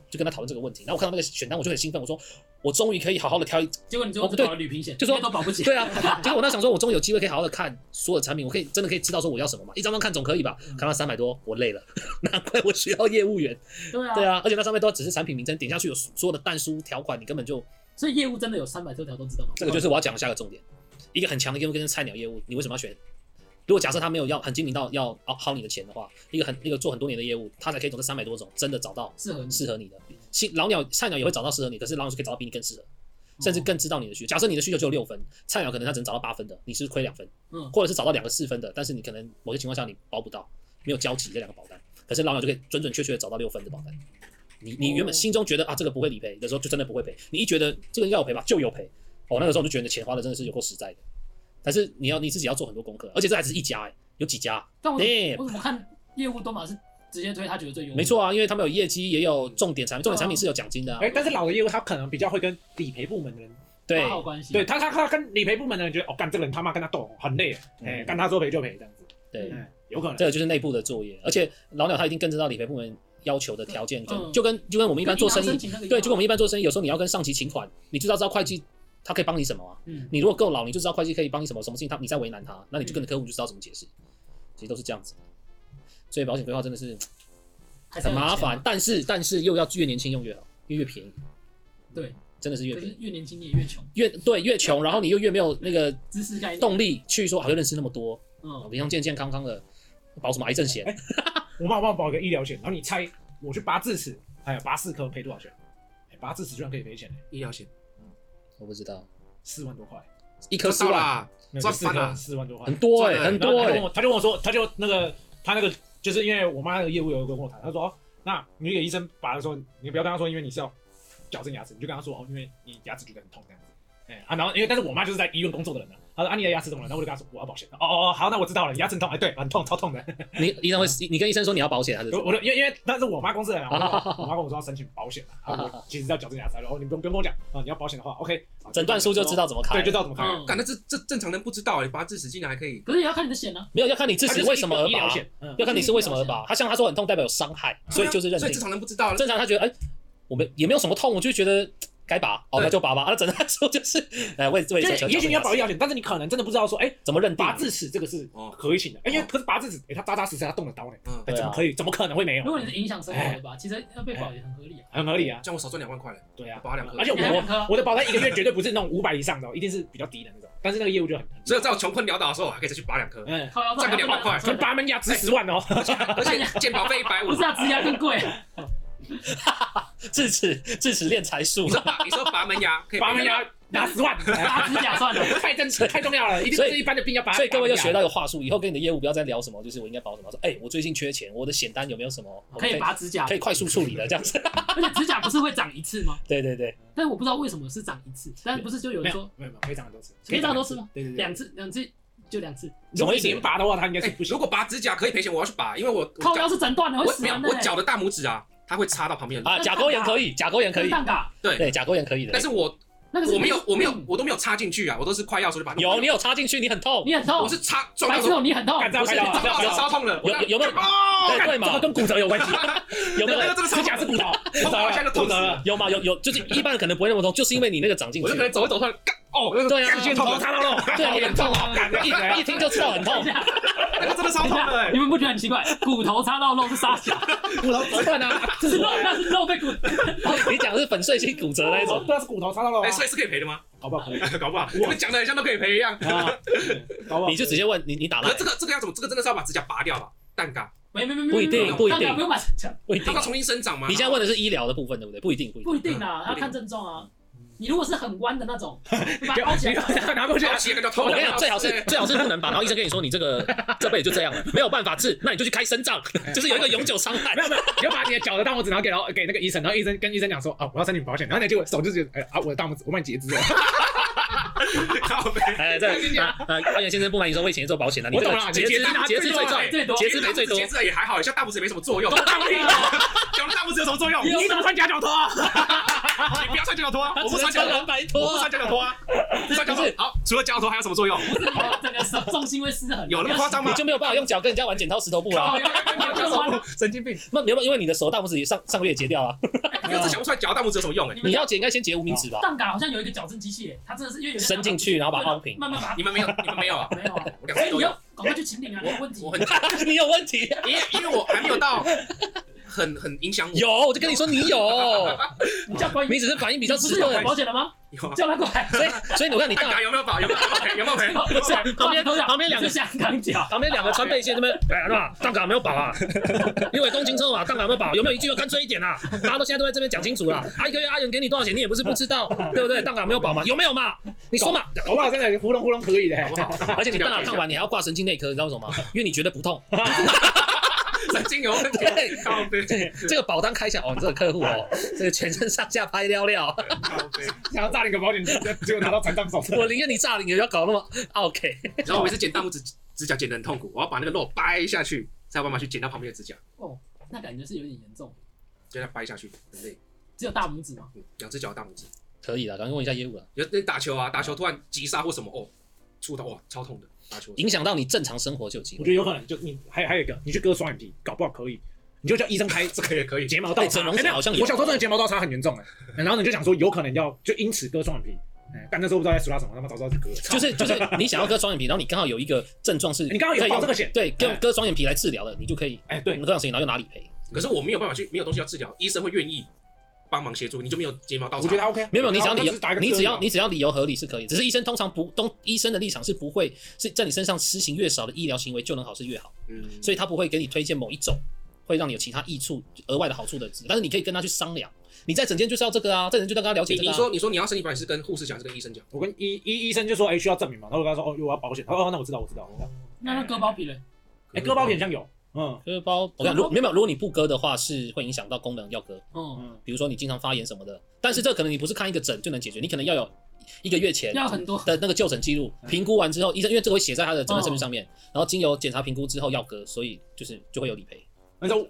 Speaker 1: 就跟他讨论这个问题。然后我看到那个选单，我就很兴奋，我说我终于可以好好的挑一
Speaker 2: 结果你最后
Speaker 1: 哦不
Speaker 2: 只
Speaker 1: 对
Speaker 2: 保了旅平险，
Speaker 1: 就说
Speaker 2: 因为都保不起。
Speaker 1: 对啊，结果我那想说，我终于有机会可以好好的看所有的产品，我可以真的可以知道说我要什么嘛，一张张看总可以吧？看到三百多，我累了， 难怪我需要业务员。
Speaker 2: 对啊，
Speaker 1: 对啊，而且那上面都只是产品名称，点下去有所有的弹书条款，你根本就
Speaker 2: 所以业务真的有三百多条都知道吗？哦
Speaker 1: 这个就是我要讲的下个重点。一个很强的业务跟菜鸟业务，你为什么要选？如果假设他没有要很精明到要薅薅你的钱的话，一个很一个做很多年的业务，他才可以从这三百多种真的找到
Speaker 2: 适合你，
Speaker 1: 适合你的。新老鸟菜鸟也会找到适合你，可是老鸟是可以找到比你更适合，甚至更知道你的需求。假设你的需求只有六分，菜鸟可能他只能找到八分的，你是亏两分，
Speaker 2: 嗯
Speaker 1: 或者是找到两个四分的，但是你可能某些情况下你包不到，没有交集这两个保单，可是老鸟就可以准准确确的找到六分的保单。你
Speaker 2: 哦
Speaker 1: 你原本心中觉得啊这个不会理赔的时候，就真的不会赔。你一觉得这个应该有赔吧，就有赔。哦，那个时候我就觉得你的钱花的真的是有够实在的。但是你要你自己要做很多功课，而且这还只是一家、欸，有几家啊、
Speaker 2: 但我怎
Speaker 1: 对
Speaker 2: 么我怎么看业务都马是直接推他觉得最优，
Speaker 1: 没，错啊，因为他们有业绩，也有重点产品，重点产品是有奖金的、啊。
Speaker 2: 哦
Speaker 4: 哎，但是老的业务他可能比较会跟理赔部门的人，
Speaker 1: 对
Speaker 2: 八，号关系，
Speaker 4: 对，他他他跟理赔部门的人觉得，哦，干这个人他妈跟他斗很累，哎，干他说赔就赔这样子，
Speaker 1: 对，
Speaker 4: 哎，有可能
Speaker 1: 这。个就是内部的作业，而且老鸟他一定更知道理赔部门要求的条件跟，
Speaker 2: 嗯
Speaker 1: 就跟就跟我们一般做生
Speaker 2: 跟银行
Speaker 1: 意
Speaker 2: 申，请那个一样
Speaker 1: 对，就跟我们一般做生意，有时候你要跟上级请款，你就知道知道会计他可以帮你什么啊。
Speaker 2: 嗯
Speaker 1: 你如果够老，你就知道会计可以帮你什么，什么事情他你在为难他，那你就跟着客户就知道怎么解释，其实都是这样子。所以保险规划真的是
Speaker 2: 还是
Speaker 1: 很
Speaker 2: 要有钱啊
Speaker 1: 麻烦，但是但是又要越年轻用越好，越越便宜，
Speaker 2: 对，
Speaker 1: 真的是越
Speaker 2: 可
Speaker 1: 便
Speaker 2: 是
Speaker 1: 宜，
Speaker 2: 越年轻你也越穷，
Speaker 1: 越对越穷，然后你又越没有那个
Speaker 2: 知识概念，
Speaker 1: 动力去说好啊像认识那么多，我
Speaker 2: 嗯，
Speaker 1: 平常健健康康的，保什么癌症险？
Speaker 4: 我妈帮我保一个医疗险，然后你猜我去拔智齿，哎，拔四颗赔多少钱？哎拔智齿居然可以赔钱，哎
Speaker 3: 医疗险
Speaker 1: 我不知道，
Speaker 4: 四万多块，
Speaker 1: 一颗
Speaker 3: 赚
Speaker 1: 四
Speaker 3: 到
Speaker 1: 万，
Speaker 3: 啦，
Speaker 4: 没有
Speaker 3: 赚
Speaker 4: 四
Speaker 3: 翻了
Speaker 4: 颗四万多块
Speaker 1: 很，多哎、
Speaker 3: 赚了
Speaker 1: 很
Speaker 4: 然后
Speaker 1: 多
Speaker 4: 他
Speaker 1: 哎、
Speaker 4: 跟我他就跟我说，他就那个他那个就是因为我妈那个业务有一个跟我谈，他说哦，那你给医生拔的时候，你不要跟他说，因为你是要矫正牙齿，你就跟他说哦，因为你牙齿觉得很痛这样子。哎、哎啊，然后因为但是我妈就是在医院工作的人呢、她说啊你的牙齿怎么了？然后我就跟她说我要保险。哦哦哦，好，那我知道了，牙齿很痛，哎对，很痛，超痛的。
Speaker 1: 你医生会，你跟医生说你要保险，他就
Speaker 4: 我我的因为因为但是我妈公司的人啊，我 妈我妈跟我说要申请保险啊，然后我其实要矫正牙齿，然后你不用不用跟我讲啊，你要保险的话，OK，啊
Speaker 1: 诊断书就知，道怎么开。
Speaker 4: 对，就知道怎么开。
Speaker 2: 嗯，
Speaker 3: 感那这这正常人不知道哎，拔智齿竟然还可以，
Speaker 2: 可是也要看你的险啊。
Speaker 1: 没有要看你自
Speaker 4: 它就
Speaker 1: 己
Speaker 4: 是
Speaker 1: 为什么而
Speaker 4: 医疗
Speaker 1: 拔，啊
Speaker 4: 险，嗯，
Speaker 1: 要看你是为什么而拔。他像他说很痛，代表有伤害，
Speaker 4: 啊
Speaker 1: 所以就是认
Speaker 3: 所
Speaker 1: 定
Speaker 3: 以正。常人不知道了。
Speaker 1: 正常他觉得哎、我们也没有什么痛，我就觉得嘖该拔，哦
Speaker 3: 对
Speaker 1: 那就拔吧。啊，诊断书就是 哎为为
Speaker 4: 就
Speaker 1: 谁
Speaker 4: 是也许你要保医疗险，但是你可能真的不知道说，哎，
Speaker 1: 怎么认定
Speaker 4: 拔？智齿这个是
Speaker 3: 哦
Speaker 4: 可以请的，哎因为可是拔智齿，哎，他扎扎实实，他动了刀呢，
Speaker 3: 嗯，
Speaker 4: 哎，
Speaker 1: 对啊
Speaker 4: 怎么可以？怎么可能会没有
Speaker 2: 如？果你是影响生活的
Speaker 1: 哎
Speaker 2: 吧，其实要被保也很合理啊。
Speaker 4: 很合理啊，
Speaker 3: 这样我少赚两万块了，
Speaker 4: 对啊，
Speaker 3: 拔两颗
Speaker 4: 而
Speaker 1: 哎
Speaker 4: 且
Speaker 2: 你还有
Speaker 4: 我
Speaker 2: 两颗啊，
Speaker 4: 我的保单一个月绝对不是那种五百以上的哦，一定是比较低的那种，但是那个业务就很，
Speaker 3: 所以在我穷困潦倒的时候，我还可以再去拔两
Speaker 1: 哎
Speaker 3: 颗，
Speaker 4: 嗯，
Speaker 2: 靠腰
Speaker 3: 赚个两万块
Speaker 4: 可能拔门牙值十万哦，
Speaker 3: 而且健保费一百五
Speaker 2: 不。是啊，植牙更贵。
Speaker 1: 智齿智齿练财术
Speaker 3: 你，说拔，你说拔门牙可以
Speaker 4: 拔门牙拿十万，
Speaker 2: 拔指甲
Speaker 1: 哎
Speaker 2: 算了，
Speaker 4: 太真实太重要了，一定不
Speaker 1: 所以
Speaker 4: 是一般的病要拔。
Speaker 1: 所以各位就学
Speaker 4: 到
Speaker 1: 到一个话术，以后跟你的业务不要再聊什么，就是我应该保什么。说哎、我最近缺钱，我的险单有没有什么我
Speaker 2: 可
Speaker 1: 们
Speaker 2: 以拔指甲
Speaker 1: 哎可，以快速处理的这样子？
Speaker 2: 而且指甲不是会长一次吗？
Speaker 1: 对对对，
Speaker 2: 但我不知道为什么是长一次，但不是就有
Speaker 4: 没
Speaker 2: 人
Speaker 4: 有
Speaker 2: 说
Speaker 4: 没有没有，可以长很多次，
Speaker 2: 可以长很多次吗？
Speaker 4: 对对对，
Speaker 2: 两次两次就两次，
Speaker 4: 如果
Speaker 1: 什么意
Speaker 4: 一
Speaker 1: 思
Speaker 4: 年拔的话，它应该
Speaker 3: 哎
Speaker 4: 是不，行
Speaker 3: 如。果拔指甲可以赔钱，我要去拔，因为我
Speaker 2: 靠
Speaker 3: 我
Speaker 2: 腰
Speaker 3: 脚
Speaker 2: 是诊断的，会
Speaker 3: 我
Speaker 2: 死
Speaker 3: 没有
Speaker 2: 人的欸
Speaker 3: 我。脚的大拇指啊，它会插到旁边的。
Speaker 1: 啊，甲沟炎可以，甲沟炎可以，
Speaker 2: 蛋嘎，
Speaker 1: 对，甲沟炎可以的
Speaker 3: 但。是我
Speaker 2: 那个是嗯
Speaker 3: 我没有我没有我都没有插进去啊，我都是快要的时候就把它弄
Speaker 1: 有你有插进去，你很痛。
Speaker 2: 你很痛
Speaker 3: 我，是插撞
Speaker 2: 白
Speaker 3: 到
Speaker 2: 痴
Speaker 3: 手，
Speaker 2: 哦，你很痛，
Speaker 4: 干这样
Speaker 3: 不是
Speaker 4: 拍到
Speaker 3: 撞到手
Speaker 1: 有
Speaker 3: 烧痛了，
Speaker 1: 有有没有
Speaker 3: 哦，
Speaker 1: 哎对对
Speaker 4: 怎么
Speaker 1: 嘛？
Speaker 4: 跟骨折有关系？
Speaker 1: 有没
Speaker 3: 那
Speaker 1: 有
Speaker 3: 个真的
Speaker 4: 指
Speaker 3: 超
Speaker 4: 甲是骨头，骨
Speaker 3: 我一下就
Speaker 4: 折
Speaker 3: 痛
Speaker 4: 骨
Speaker 3: 死
Speaker 4: 折
Speaker 3: 了
Speaker 4: 了，
Speaker 1: 有嘛？有有，就是一般可能不会那么痛，就是因为你那个长进
Speaker 3: 我
Speaker 1: 去
Speaker 3: 就可。能走一走突然干哦，那个
Speaker 1: 对啊
Speaker 3: 干痛
Speaker 4: 头
Speaker 3: 了，
Speaker 4: 插到肉，
Speaker 1: 对啊
Speaker 4: 好严重啊！感觉一来
Speaker 1: 一一听就知道很痛
Speaker 2: 等一，下
Speaker 3: 那个真的超
Speaker 2: 等一
Speaker 3: 痛的
Speaker 2: 下，
Speaker 3: 欸
Speaker 2: 你。们不觉得很奇怪？骨头插到肉是沙小，
Speaker 4: 骨头折断啊，这
Speaker 2: 是
Speaker 4: 是
Speaker 2: 肉，那是肉被骨，
Speaker 1: 你讲的是粉碎性骨折那一种。
Speaker 4: 对啊，是骨头插到
Speaker 1: 哦
Speaker 4: 肉啊
Speaker 3: 哎，，所以是可以赔的 吗？
Speaker 4: 搞不好可以
Speaker 3: 搞不好我们讲的很像都可以赔一样。
Speaker 4: 啊，搞不好
Speaker 1: 你就直接问你你打
Speaker 3: 可
Speaker 1: 来
Speaker 3: 是这个这个要怎么？这个真的是要把指甲拔掉吧？蛋糕，
Speaker 2: 没没没没，
Speaker 1: 不一定不一定
Speaker 2: 蛋嘎不用把指甲，
Speaker 1: 不一定
Speaker 3: 它。要重新生长吗？
Speaker 1: 你现在问的是医疗的部分，对不对？不一定，不一
Speaker 2: 不
Speaker 1: 定。
Speaker 2: 一定啊，要看症状啊。你如果是很弯的那种，把它
Speaker 4: 就
Speaker 2: 包起来，
Speaker 4: 你拿过去
Speaker 3: 好奇跟叫偷
Speaker 1: 我
Speaker 3: 了
Speaker 1: 跟你讲，最好是最好是不能拔，然后医生跟你说你这个这辈子就这样了，没有办法治，那你就去开肾脏，就是有一个永久伤害
Speaker 4: 没。有没有，你就把你的脚的大拇指，然后给然后给那个医生，然后医生跟医生讲说啊，我要申请保险，然后你结果手就觉得哎啊，我的大拇指，我帮你截肢了，
Speaker 3: 靠 背
Speaker 1: 哎，这啊呃，高岩先生不瞒你说，我以前也做保险的，你这
Speaker 4: 我懂
Speaker 1: 个
Speaker 4: 了
Speaker 1: 截肢
Speaker 4: 你截肢拿最多
Speaker 1: 截肢最
Speaker 4: 啊
Speaker 1: 重，
Speaker 2: 最多
Speaker 1: 截肢赔最多
Speaker 3: 截。肢也还好，像大拇指也没什么作 用。
Speaker 4: 大拇指，
Speaker 3: 讲了大拇指有什么作用？
Speaker 4: 你怎么穿夹脚拖啊？
Speaker 3: 你不要穿脚托啊！我不穿
Speaker 1: 他
Speaker 3: 脚
Speaker 1: 只能
Speaker 3: 托
Speaker 1: 当，白
Speaker 3: 我不
Speaker 1: 托啊
Speaker 3: 穿，脚托啊！不穿脚托
Speaker 1: 可是
Speaker 3: 好，除了脚托还有什么作用？
Speaker 2: 整个手重心会失衡。
Speaker 3: 有那么夸张吗
Speaker 1: 你？就没有办法用脚跟人家玩剪刀石头布啦
Speaker 2: 靠。腰？有弯的
Speaker 3: 神经病！
Speaker 1: 那没有，因为你的手大拇指也上上个月截掉
Speaker 2: 嗯
Speaker 1: 啊，
Speaker 3: 你要是想不出来脚大拇指有什么用？哎，
Speaker 1: 你要截应该先截无名指吧，
Speaker 2: 蛋嘎好像有一个矫正机器耶，它真的是因为有些
Speaker 1: 伸进去然后把它凹平。
Speaker 2: 慢慢把
Speaker 3: 你们没有，你们没有啊？
Speaker 2: 它没有啊。
Speaker 3: 我两
Speaker 2: 哎，
Speaker 3: 次
Speaker 2: 你
Speaker 3: 都
Speaker 2: 要
Speaker 3: 有。
Speaker 2: 赶快去秦岭啊，有问题
Speaker 3: 我。很，
Speaker 1: 你有问题，
Speaker 3: 因为因为我还没有到很很影响我。
Speaker 1: 有，我就跟你说你有，
Speaker 2: 你叫关羽，
Speaker 1: 你只是反应
Speaker 2: 比
Speaker 1: 比较
Speaker 2: 不
Speaker 1: 迟
Speaker 2: 是有买
Speaker 1: 钝，
Speaker 2: 保险了吗？
Speaker 3: 有啊，
Speaker 2: 叫他过来。
Speaker 1: 所以所以你看你
Speaker 3: 看
Speaker 1: 大
Speaker 3: 有没有保？有没有赔？有没有赔？
Speaker 2: 不是
Speaker 1: 旁边
Speaker 2: 头
Speaker 1: 旁边两个
Speaker 2: 是香港脚，
Speaker 1: 旁边两个穿背线这边， 哎呀，那档岗没有保啊， 因为东京车嘛，档岗没有保，有没有一句要干脆一点啊？大家都现在都在这边讲清楚了，啊，一个月阿元给你多少钱，你也不是不 知道，对不对？档岗没有保嘛，有没有嘛？你说嘛，
Speaker 4: 搞不好真的糊弄糊弄可以的，
Speaker 3: 好 不好？
Speaker 1: 而且你大脑看完你还要挂神经内科，你知道为 什么吗？因为你觉得不痛，
Speaker 3: 神经有问题。靠背，
Speaker 1: 这个保单开起来，哦，你这个客户哦，这个全身上下拍尿尿，
Speaker 3: 靠背。
Speaker 4: 想要炸你个保险，结果拿到残障手 册。
Speaker 1: 我宁愿你炸你，也要搞那么
Speaker 4: 啊
Speaker 1: OK。
Speaker 3: 然后我每次剪大拇指指甲剪得很痛苦，我要把那个肉掰下去，才有办法去剪到旁边的指甲，
Speaker 2: 那感觉是有点严重。
Speaker 3: 就这样掰下去很累。
Speaker 2: 只有大拇指吗？
Speaker 3: 嗯，两只脚的大拇指，
Speaker 1: 可以的，赶快问一下业务了，
Speaker 3: 有那打球啊，打球突然急刹或什么，哦，触到哇，超痛的，打球。
Speaker 1: 影响到你正常生活就有机
Speaker 4: 我
Speaker 1: 会。
Speaker 4: 觉得有可能，就你还还有一个，你去割双眼皮，搞不好可以，你就叫医生开
Speaker 3: 这个也可以，
Speaker 4: 睫毛倒
Speaker 1: 哎整容
Speaker 4: 哎没有
Speaker 1: 好像有
Speaker 4: 我小时候真的睫毛倒插很严重哎，然后你就想说有可能要就因此割双眼皮，哎，但那时候不知道在说他什么，他妈早知道就割了。
Speaker 1: 就是就是你想要割双眼皮，然后你刚好有一个症状是，
Speaker 4: 你刚好有
Speaker 1: 可以
Speaker 4: 保
Speaker 1: 用
Speaker 4: 这个险，
Speaker 1: 对，
Speaker 4: 哎
Speaker 1: 用割双眼皮来治疗的，你就可以
Speaker 4: 哎，对
Speaker 1: 你，们多长时间，然后又拿理赔？
Speaker 3: 可是我没有办法去，没有东西要治疗，医生会愿意帮忙协助，你就没有睫毛倒
Speaker 4: 我
Speaker 3: 插。
Speaker 4: 觉得 OK，啊
Speaker 1: 没有，你只要
Speaker 4: 他
Speaker 1: 理由
Speaker 4: 是打一，个
Speaker 1: 你
Speaker 4: 字而
Speaker 1: 只
Speaker 4: 已
Speaker 1: 要
Speaker 4: 嘛
Speaker 1: 你只要理由合理是可以，只是医生通常不，东医生的立场是不会是在你身上施行越少的医疗行为就能好是越好，
Speaker 3: 嗯，
Speaker 1: 所以他不会给你推荐某一种会让你有其他益处、额外的好处的，但是你可以跟他去商量，你在诊间就是要这个啊，在诊间就要跟他了解
Speaker 3: 你
Speaker 1: 这个、
Speaker 3: 你
Speaker 1: 啊。
Speaker 3: 说你说你要身体保险是跟护士讲，还是跟医生讲？
Speaker 4: 我跟医医医生就说，哎，需要证明嘛，然后我跟他说，哦，我要保险，他说，哦，那我知道，我知道，我知道。
Speaker 2: 那那割包皮嘞？
Speaker 4: 哎，割包皮好像有，嗯
Speaker 1: 割包，我哦想如果没有没有，如果你不割的话，是会影响到功能要割，
Speaker 2: 嗯，
Speaker 4: 嗯，
Speaker 1: 比如说你经常发炎什么的，但是这可能你不是看一个诊就能解决，你可能要有一个月前
Speaker 2: 要很多，
Speaker 1: 的那个就诊记录，
Speaker 3: 嗯
Speaker 1: 评估完之后，医生因为这个会写在他的诊断证明上面，然后经由检查评估之后要割，所以就是就会有理赔。
Speaker 4: 那时候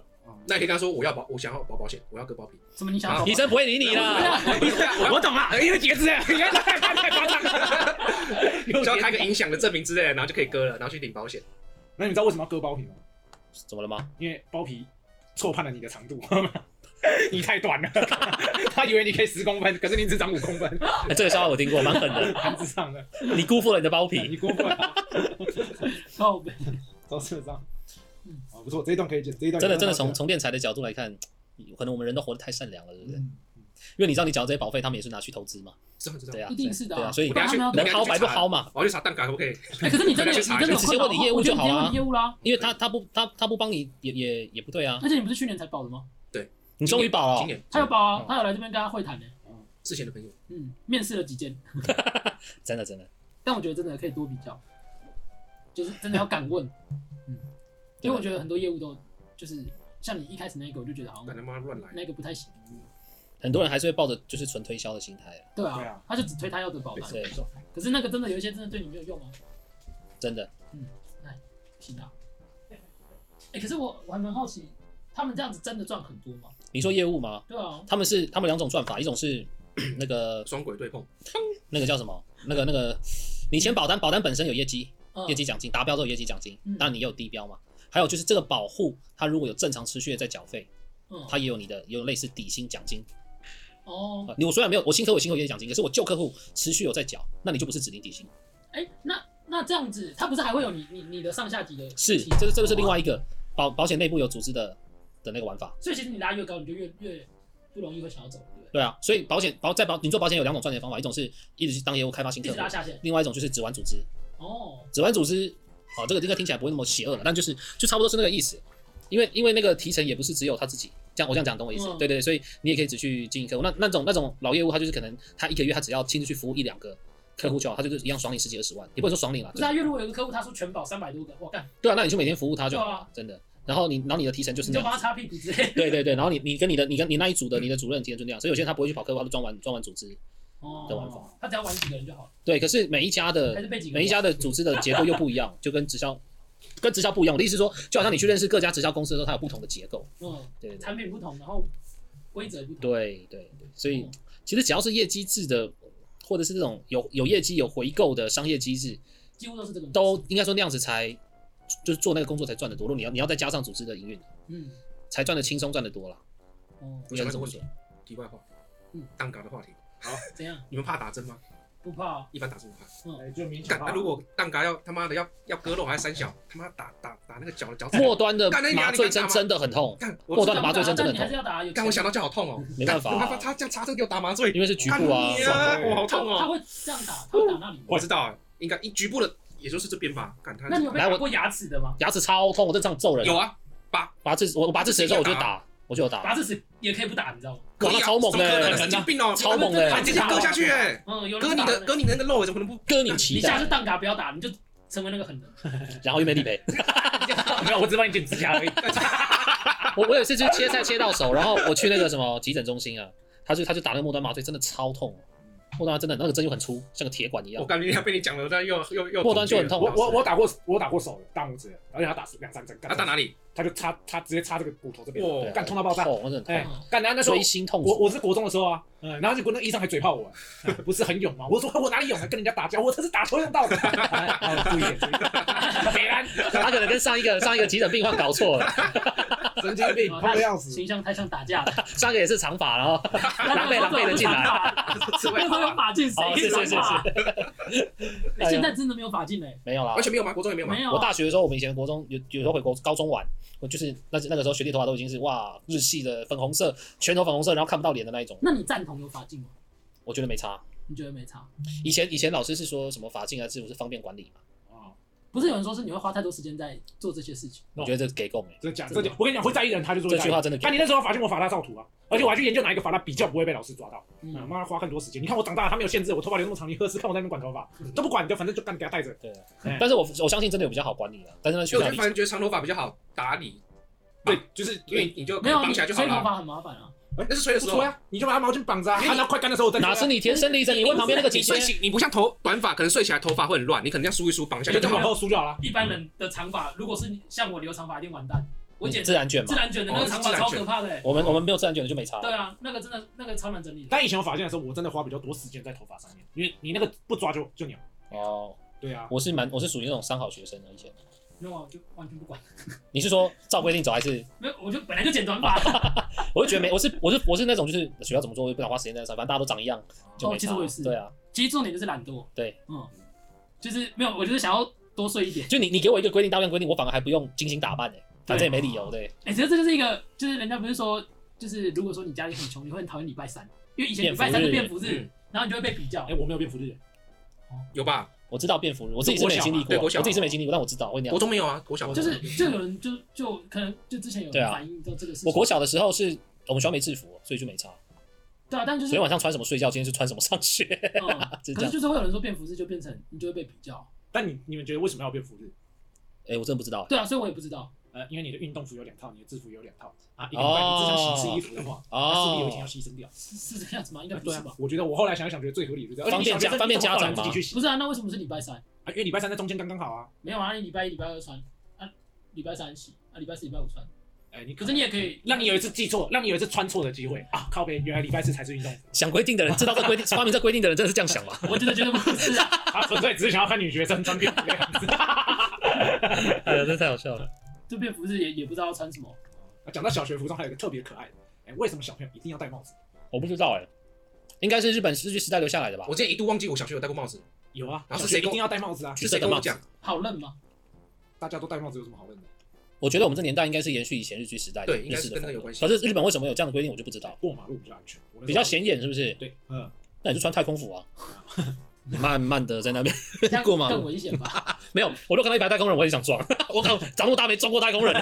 Speaker 3: 那你可以跟他说，我要保，我想要保保险，我要割包皮。
Speaker 2: 什么你想
Speaker 3: 啊
Speaker 2: 要
Speaker 1: 医生不会理你啦，
Speaker 4: 我哎懂了，因为截肢，你看太太夸张了。
Speaker 3: 只要开个影响的证明之类的，然后就可以割了，然后去领保险。
Speaker 4: 那你知道为什么要割包皮吗？
Speaker 1: 怎么了吗？
Speaker 4: 因为包皮错判了你的长度， 你太短了。 他以为你可以十公分，可是你只长五公分，
Speaker 1: 哎这个笑话我听过，蛮狠的。
Speaker 4: 盘子上的，
Speaker 1: 你辜负了你的包皮。
Speaker 4: 你过分了，
Speaker 2: 靠背？
Speaker 4: 都是这样。啊，不错，这一段可以剪，这一段
Speaker 1: 真的真的从从电材的角度来看，可能我们人都活得太善良了，对不对？因为你知道你缴这些保费，他们也是拿去投资嘛，
Speaker 3: 知道知道
Speaker 1: 对。啊，
Speaker 2: 一定是的啊
Speaker 1: 对啊，所以
Speaker 3: 我等下去，我
Speaker 1: 能
Speaker 3: 等下
Speaker 1: 薅
Speaker 3: 就
Speaker 1: 白
Speaker 3: 去
Speaker 1: 不
Speaker 3: 查
Speaker 1: 薅嘛，
Speaker 3: 我要去查蛋卡可不可以？
Speaker 2: 哎，可是你真的有
Speaker 3: 你
Speaker 2: 你真的有
Speaker 1: 直接
Speaker 2: 困扰
Speaker 1: 问你业务就好啊
Speaker 2: 我觉得你直接问
Speaker 1: 啦
Speaker 2: 你业务啦，
Speaker 1: 因为他他不他他不帮你也也也不对啊。
Speaker 2: 而哦且你不是去年才保的吗？
Speaker 1: 你终于保了
Speaker 3: 今
Speaker 1: 哦，
Speaker 3: 年
Speaker 2: 他有保啊
Speaker 4: 嗯，
Speaker 2: 他有来这边跟他会谈呢。
Speaker 3: 之前的朋友，
Speaker 2: 嗯，面试了几间，
Speaker 1: 真的真的，
Speaker 2: 但我觉得真的可以多比较，就是真的要敢 问，嗯，因为我觉得很多业务都就是像你一开始那个，我就觉得好
Speaker 3: 敢
Speaker 2: 像
Speaker 3: 他妈乱来。
Speaker 2: 那个不太行，
Speaker 1: 很多人还是会抱着就是纯推销的心态啊，
Speaker 2: 对
Speaker 4: 对
Speaker 2: 啊
Speaker 4: 啊，
Speaker 2: 他就只推他要的保单，
Speaker 1: 对，
Speaker 2: 可是那个真的有一些真的对你没有用啊，
Speaker 1: 真的。
Speaker 2: 不行啊。哎，可是我我还蛮好奇，他们这样子真的赚很多吗？
Speaker 1: 你说业务吗？
Speaker 2: 对啊，
Speaker 1: 他们是他们两种赚法，一种是 那个
Speaker 3: 双轨对碰，
Speaker 1: 那个叫什么？那个那个，你签保单，保单本身有业绩，
Speaker 2: 嗯
Speaker 1: 业绩奖金达标之后有业绩奖金
Speaker 2: 嗯，
Speaker 1: 那你也有低标嘛？还有就是这个保护，它如果有正常持续的在缴费，
Speaker 2: 嗯
Speaker 1: 它也有你的也有类似底薪奖金。
Speaker 2: 哦，
Speaker 1: 啊，你我虽然没有我新客户有新客户业绩奖金，可是我旧客户持续有在缴，那你就不是指定底薪，
Speaker 2: 哎，那那这样子，他不是还会有你你你的上下级的
Speaker 1: 是哦
Speaker 2: 体
Speaker 1: 这个这个是另外一个保保险内部有组织的的那个玩法。
Speaker 2: 所以其实你拉越高，你就越越不容易会想要走，对不对？
Speaker 1: 对啊，所以保险保在保你做保险有两种赚钱方法，一种是一直去当业务开发新
Speaker 2: 一
Speaker 1: 客
Speaker 2: 直
Speaker 1: 户
Speaker 2: 拉，下线。
Speaker 1: 另外一种就是只玩组织，
Speaker 2: 哦，
Speaker 1: 只玩组织，哦，这个这个听起来不会那么邪恶了，但就是就差不多是那个意思。因为因为那个提成也不是只有他自己，这样我这样讲懂我意思？
Speaker 2: 嗯
Speaker 1: 对对对，所以你也可以只去经营客户。那那种那种老业务，他就是可能他一个月他只要亲自去服务一两个客户就好，他就是一样爽领十几二十万，也不能说爽领了
Speaker 2: 不，是他月入有一个客户，他说全保三百多个，我干，
Speaker 1: 对啊，那你就每天服务他就好
Speaker 2: 对
Speaker 1: 了
Speaker 2: 啊，
Speaker 1: 真的。然后你然后你的提成就是
Speaker 2: 你
Speaker 1: 那
Speaker 2: 就
Speaker 1: 样
Speaker 2: 帮他擦屁股之类的。
Speaker 1: 对对对，然后你你跟你的你跟你那一组的你的主任提成就那样，所以有些人他不会去跑客户，他就专玩专玩组织。的玩
Speaker 2: 哦，他只要玩几个人就好了，
Speaker 1: 对，可是每一家的
Speaker 2: 还是被几个人玩？
Speaker 1: 每一家的组织的结构又不一样，就跟直销跟直销不一样。我的意思是说，就好像你去认识各家直销公司的时候，它有不同的结构。
Speaker 2: 嗯，
Speaker 1: 对对
Speaker 2: 产品不同，然后规则不同。
Speaker 1: 对对对，所以
Speaker 3: 哦
Speaker 1: 其实只要是业绩制的，或者是这种有有业绩有回购的商业机制，
Speaker 2: 几乎都是这个模式
Speaker 1: 都应该说那样子才就是做那个工作才赚得多。如果你要你要再加上组织的营运，
Speaker 2: 嗯
Speaker 1: 才赚得轻松赚得多啦。
Speaker 2: 哦
Speaker 3: 我
Speaker 1: 应该
Speaker 3: 想
Speaker 1: 是
Speaker 3: 问
Speaker 1: 这
Speaker 3: 个
Speaker 1: 么
Speaker 3: 问题
Speaker 1: 说。，
Speaker 3: 题外话，
Speaker 2: 嗯，
Speaker 3: 蛋嘎的话题，
Speaker 2: 怎样
Speaker 3: 你们怕打针吗？
Speaker 2: 不怕啊？
Speaker 3: 一般打针不怕。
Speaker 4: 哎，就明显
Speaker 3: 干，啊那如果蛋嘎要他妈的要要割肉还是三小，他妈打打打那个脚的脚趾。
Speaker 1: 末端的
Speaker 3: 干那你啊
Speaker 1: 麻
Speaker 3: 你
Speaker 1: 醉
Speaker 3: 敢打
Speaker 1: 针
Speaker 3: 吗
Speaker 1: 真的很痛，
Speaker 3: 干，
Speaker 1: 末
Speaker 3: 我
Speaker 1: 端的麻醉针真的
Speaker 2: 但
Speaker 1: 很
Speaker 2: 你还是
Speaker 1: 痛，
Speaker 2: 要打啊，有
Speaker 3: 干，我想到就好痛哦。
Speaker 1: 没办法
Speaker 3: 干
Speaker 1: 啊
Speaker 3: 他他他这样插针给我打麻醉，
Speaker 1: 因为是局部啊
Speaker 3: 干你。啊我好痛
Speaker 2: 他
Speaker 3: 哦。
Speaker 2: 会这样打，他会打那里吗。
Speaker 3: 我知道啊，应该一局部的也就是这边吧。干他
Speaker 2: 那你有被
Speaker 1: 来
Speaker 2: 打
Speaker 1: 我
Speaker 2: 过牙齿的吗？
Speaker 1: 牙齿超痛，我正常揍人。
Speaker 3: 有啊，
Speaker 1: 拔智，我我拔智齿的时候我就
Speaker 3: 一定要打
Speaker 1: 打，我就有打。
Speaker 2: 拔智齿也可以不打，你知道吗？
Speaker 3: 可
Speaker 1: 哇
Speaker 3: 以
Speaker 1: 那
Speaker 3: 啊，
Speaker 1: 超猛的
Speaker 3: 怎么可能神
Speaker 1: 很难
Speaker 3: 经病哦，
Speaker 1: 超猛的
Speaker 3: 他直接割下去哎，
Speaker 2: 嗯，有人
Speaker 3: 割你
Speaker 2: 打
Speaker 3: 的割你的那肉，怎么可能不？
Speaker 1: 割你
Speaker 2: 你
Speaker 1: 脐
Speaker 2: 下次
Speaker 1: 带，
Speaker 2: 蛋嘎不要打，你就成为那个狠人。
Speaker 1: 然后又没理赔。
Speaker 4: 没有，我只帮你剪指甲而已。
Speaker 1: 我我有一次就是切菜切到手，然后我去那个什么急诊中心啊，他就他就打那个末端麻醉，真的超痛，末端真的那个针又很粗，像个铁管一样
Speaker 4: 哦
Speaker 3: 我。感觉要被你讲了，但又又又
Speaker 1: 末端就很 痛
Speaker 4: 我我我打过我打过手的大拇指，而且他打两三针，
Speaker 3: 他打哪里？
Speaker 4: 他就插他直接插这个骨头这边，
Speaker 1: 对啊
Speaker 3: 哇，
Speaker 4: 干痛到爆炸
Speaker 1: 痛，那真的
Speaker 4: 哎
Speaker 1: 很
Speaker 2: 嗯
Speaker 4: 干然后那
Speaker 1: 痛，
Speaker 4: 时候
Speaker 1: 锥心痛
Speaker 4: 我
Speaker 1: 楚。
Speaker 4: 我是国中的时候啊，嗯，然后结果那个医生还嘴炮我，哎不是很勇吗？我说我哪里勇啊，跟人家打架，我这是打球用到的。哎哦注意点，注意点，北兰
Speaker 1: 他可能跟上一个上一个急诊病患搞错了，
Speaker 4: 神经病，
Speaker 2: 哦
Speaker 4: 痛的要
Speaker 2: 他
Speaker 4: 死。
Speaker 2: 形象太像打 架了，
Speaker 1: 上一个也是长发，然 后狼狈狼狈的进来。
Speaker 3: 是
Speaker 2: 那时候有法镜，谁
Speaker 1: 哦
Speaker 2: 可以
Speaker 1: 是
Speaker 2: 打
Speaker 1: 是是
Speaker 2: 法
Speaker 1: 是，
Speaker 2: 哎现在真的没有法镜嘞，
Speaker 1: 没有啦
Speaker 3: 完。全没有吗？国中也没有吗
Speaker 2: 没？有啊。
Speaker 1: 我大学的时候，我们以前国中有有时候回国高中玩，我就是那那个时候学弟头发都已经是哇日系的粉红色，全头粉红色，然后看不到脸的那一种，
Speaker 2: 那你赞同有法镜吗？
Speaker 1: 我觉得没差。
Speaker 2: 你觉得没差？
Speaker 1: 以前以前老师是说什么法镜啊制服是方便管理嘛，
Speaker 4: 哦
Speaker 2: 不是有人说是你会花太多时间在做这些事情，
Speaker 1: 我觉得这是给供哎、
Speaker 4: 这讲这讲，我跟你讲，会在意的人他就是会
Speaker 1: 这
Speaker 4: 在
Speaker 1: 句
Speaker 4: 意。
Speaker 1: 话真的给
Speaker 4: 那。啊你那时候发现我法拉照图啊，而且我还去研究哪一个法拉比较不会被老师抓到。嗯，
Speaker 2: 嗯，
Speaker 4: 妈花更多时间。你看我长大了，他没有限制，我头发留那么长，你何时看我在那边管头发都不管，就反正就干给他带着。
Speaker 1: 对啊
Speaker 4: 哎，
Speaker 1: 但是我我相信真的有比较好管理啊，但是那
Speaker 3: 就
Speaker 1: 学
Speaker 3: 我
Speaker 1: 校
Speaker 3: 就
Speaker 1: 里
Speaker 3: 反正觉得长头发比较好打理，
Speaker 4: 啊对，就是
Speaker 3: 因为你就
Speaker 2: 没有
Speaker 3: 绑
Speaker 2: 你
Speaker 3: 起来
Speaker 2: 吹
Speaker 3: 就
Speaker 2: 头
Speaker 3: 好了。
Speaker 2: 发很麻烦啊，
Speaker 3: 哎那是吹的
Speaker 4: 不
Speaker 3: 时
Speaker 4: 吹
Speaker 3: 候。
Speaker 4: 啊，你就把它毛巾绑着啊，
Speaker 3: 因为
Speaker 4: 啊
Speaker 3: 你
Speaker 4: 那快干的时候我再吹啊
Speaker 1: 哪是你天生丽质？你问旁边那个姐
Speaker 3: 你
Speaker 1: 姐
Speaker 3: 睡，醒，你不像头短发，可能睡起来头发会很乱，你可能要梳一梳，绑一下
Speaker 4: 就
Speaker 3: 就
Speaker 4: 这
Speaker 3: 好
Speaker 4: 样往
Speaker 3: 了。
Speaker 4: 后梳就好了。
Speaker 2: 一般人的长发，如果是你像我留长发，一定完蛋。我剪
Speaker 1: 嗯自然卷嘛
Speaker 2: 自。然卷的那个长发超
Speaker 3: 哦自然卷
Speaker 2: 可怕的欸。
Speaker 1: 我们我们没有自然卷的就没差了。
Speaker 2: 对啊，那个真的那个超难整理的。
Speaker 4: 但以前我发现的时候，我真的花比较多时间在头发上面，因为你那个不抓就就鸟。
Speaker 1: 哦，
Speaker 4: 对啊，
Speaker 1: 我是蛮我是属于那种三好学生的以前。
Speaker 2: 没有啊，我就完全不管。
Speaker 1: 你是说照规定走还是？
Speaker 2: 没有，我就本来就剪短发。
Speaker 1: 我就觉得没，我是我是我是那种就是学校怎么做我也不想花时间在上，反正大家都长一样就没
Speaker 2: 哦其
Speaker 1: 差。
Speaker 2: 实我也是
Speaker 1: 对啊，
Speaker 2: 其实重点就是懒惰。
Speaker 1: 对，
Speaker 2: 嗯，就是没有，我就是想要多睡一点。
Speaker 1: 就你你给我一个规定，大量规定，我反而还不用精心打扮哎、反正也没理由对。
Speaker 2: 哎、其实这就是一个，就是人家不是说，就是如果说你家里很穷，你会很讨厌礼拜三，因为以前礼拜三是
Speaker 1: 便
Speaker 2: 便
Speaker 1: 服
Speaker 2: 服日，
Speaker 3: 嗯
Speaker 2: 然后你就会被比较。
Speaker 4: 哎，我没有变福利人，
Speaker 3: 有吧？
Speaker 1: 我知道便服，我自己是
Speaker 4: 国
Speaker 1: 没
Speaker 4: 小嘛
Speaker 1: 经历过，
Speaker 3: 对
Speaker 1: 我
Speaker 3: 国小
Speaker 1: 自己是没经历过，但我知道会那
Speaker 3: 国
Speaker 1: 样。
Speaker 3: 中没有啊，国小
Speaker 2: 就是就有人就就可能就之前有
Speaker 1: 对
Speaker 2: 人
Speaker 1: 啊
Speaker 2: 反映到这个事情，
Speaker 1: 我国小的时候是我们学校没制服，所以就没差。
Speaker 2: 对啊，但就
Speaker 1: 昨
Speaker 2: 是
Speaker 1: 天晚上穿什么睡觉，今天是穿什么上学，
Speaker 2: 嗯，
Speaker 1: 就这
Speaker 2: 可是
Speaker 1: 样。
Speaker 2: 就是会有人说便服日就变成你就会被比较，
Speaker 4: 但你你们觉得为什么要变福利？
Speaker 1: 哎、我真的不知道、
Speaker 2: 对啊，所以我也不知道，
Speaker 4: 呃，因为你的运动服有两套，你的制服有两套啊，一个礼拜你只穿形式衣服的话，那势必有一天要
Speaker 1: 哦，
Speaker 4: 牺牲掉。
Speaker 2: 是是这样子吗？应该
Speaker 4: 啊
Speaker 2: 不
Speaker 4: 对
Speaker 2: 是
Speaker 4: 啊
Speaker 2: 吧，？
Speaker 4: 我觉得我后来想一想，觉得最合理就是这样。
Speaker 1: 方便家方便家长
Speaker 4: 自己
Speaker 1: 吗
Speaker 4: 去洗
Speaker 2: 不是啊，那为什么是礼拜三？
Speaker 4: 啊，因为礼拜三在中间刚刚好啊。
Speaker 2: 没有啊，你礼拜一、礼拜二穿，啊，礼拜三洗，啊，礼拜四、礼拜五穿，
Speaker 4: 哎，你
Speaker 2: 可是你也可
Speaker 1: 嗯
Speaker 2: 以
Speaker 4: 让你有一次记错，让你有一次穿错的机会啊！靠背，原来礼拜四才是运动服，
Speaker 1: 想规定的人知道这 规定，发明这规定的人真的是这样想吗？
Speaker 2: 我真的觉得不是啊，
Speaker 4: 他纯粹只是想要看女学生穿便服的样子。
Speaker 1: 哎呀，这太好笑了。
Speaker 2: 就便服日也也不知道要穿什么，
Speaker 4: 啊讲到小学服装，还有一个特别可爱的，哎，为什么小朋友一定要戴帽子？
Speaker 1: 我不知道哎、应该是日本日据时代留下来的吧
Speaker 3: 我？之前一度忘记我小学有戴过帽子，
Speaker 4: 有啊，
Speaker 3: 老师
Speaker 4: 小学
Speaker 3: 谁
Speaker 4: 一
Speaker 3: 跟
Speaker 4: 定要戴帽子啊？
Speaker 1: 橘
Speaker 3: 是
Speaker 1: 色
Speaker 3: 谁
Speaker 1: 的
Speaker 3: 跟
Speaker 1: 帽
Speaker 3: 我
Speaker 1: 子
Speaker 3: 讲？
Speaker 2: 好认吗？
Speaker 4: 大家都戴帽子有什么好认的？
Speaker 1: 我觉得我们这年代应该是延续以前日据时代的
Speaker 3: 对应该
Speaker 1: 日式
Speaker 3: 是
Speaker 1: 的
Speaker 3: 跟那个
Speaker 1: 风
Speaker 3: 有
Speaker 1: 格
Speaker 3: 关系
Speaker 1: 可是日本为什么有这样的规定，我就不知道。
Speaker 4: 过马路比较安全，我那时候
Speaker 1: 比较。显眼是不是？
Speaker 4: 对，嗯，
Speaker 1: 那你就穿太 空服啊，慢慢的在那边
Speaker 2: 这样
Speaker 1: 过马路
Speaker 2: 更危险吧？
Speaker 1: 没有，我都看到一排太空人，我也想装。 我靠，长那么大没装过太空人、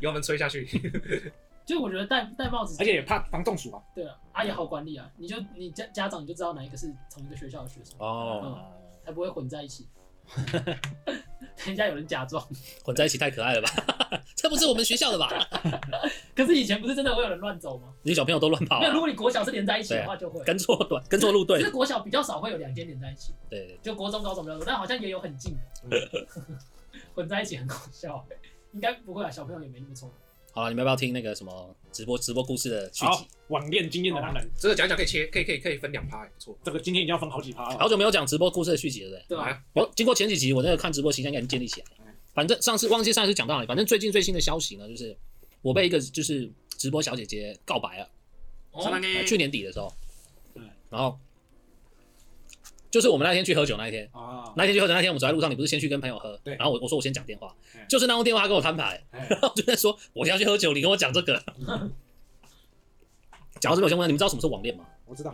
Speaker 3: 油门吹下去，
Speaker 2: 就我觉得戴戴帽子
Speaker 4: 而且也怕防中暑啊。
Speaker 2: 对啊，啊也好管理啊，你就你家家长你就知道哪一个是同一个学校的学生，
Speaker 1: 哦，
Speaker 4: 嗯
Speaker 2: 才不会混在一 起。等一下有人假装，
Speaker 1: 混在一起太可爱了吧？ 这不是我们学校的吧？
Speaker 2: 可是以前不是真的会有人乱走吗？
Speaker 1: 你小朋友都乱跑、
Speaker 2: 那、如
Speaker 1: 啊，
Speaker 2: 果你国小是连在一起的话，就会。
Speaker 1: 跟错短，跟错路
Speaker 2: 其
Speaker 1: 队
Speaker 2: 实。国小比较少会有两间连在一起，
Speaker 1: 对对，
Speaker 2: 就国中、高中比较多，但好像也有很近 的，混在一起很搞笑、欸应该不会啊，小朋友也没那么聪明。
Speaker 1: 好了，你们要不要听那个什么直播直播故事的续
Speaker 4: 好
Speaker 1: 集？，
Speaker 4: 网恋经验的男人，
Speaker 1: 哦
Speaker 3: 这个讲一讲可以切，可以可以可以分两趴，哎不错。
Speaker 4: 这个今天已经要分好几趴啊了。
Speaker 1: 好久没有讲直播故事的续集了，对不对？
Speaker 2: 对吧、啊
Speaker 3: 来
Speaker 1: 我经过前几集，我那个看直播形象应该已经建立起来了。反正上次忘记上一次讲到哪里，反正最近最新的消息呢，就是我被一个就是直播小姐姐告白了，
Speaker 3: 上来
Speaker 2: 哦，
Speaker 3: 呢
Speaker 1: 去年底的时候
Speaker 4: 嗯，
Speaker 1: 然后就是我们那天去喝酒那一天，
Speaker 4: 啊，
Speaker 1: 那天去喝酒那天我们走在路上，你不是先去跟朋友喝，
Speaker 4: 对
Speaker 1: 然后我我说我先讲电话
Speaker 4: 嗯，
Speaker 1: 就是那通电话他跟我摊牌，
Speaker 4: 哎
Speaker 1: 然后我就在说我先要去喝酒，你跟我讲这个。讲到这边，我先问你们知道什么是网恋吗？
Speaker 4: 我知道，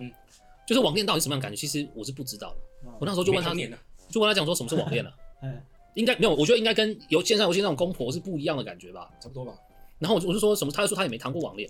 Speaker 1: 就是网恋到底什么样的感觉？其实我是不知道的。
Speaker 4: 嗯
Speaker 1: 我那时候就问他，
Speaker 3: 没童年啊
Speaker 1: 就问他讲说什么是网恋了、啊。
Speaker 4: 嗯，
Speaker 1: 应该没有，我觉得应该跟游线上游戏那种公婆是不一样的感觉吧。
Speaker 3: 差不多吧。
Speaker 1: 然后我就我就说什么，他就说他也没谈过网恋，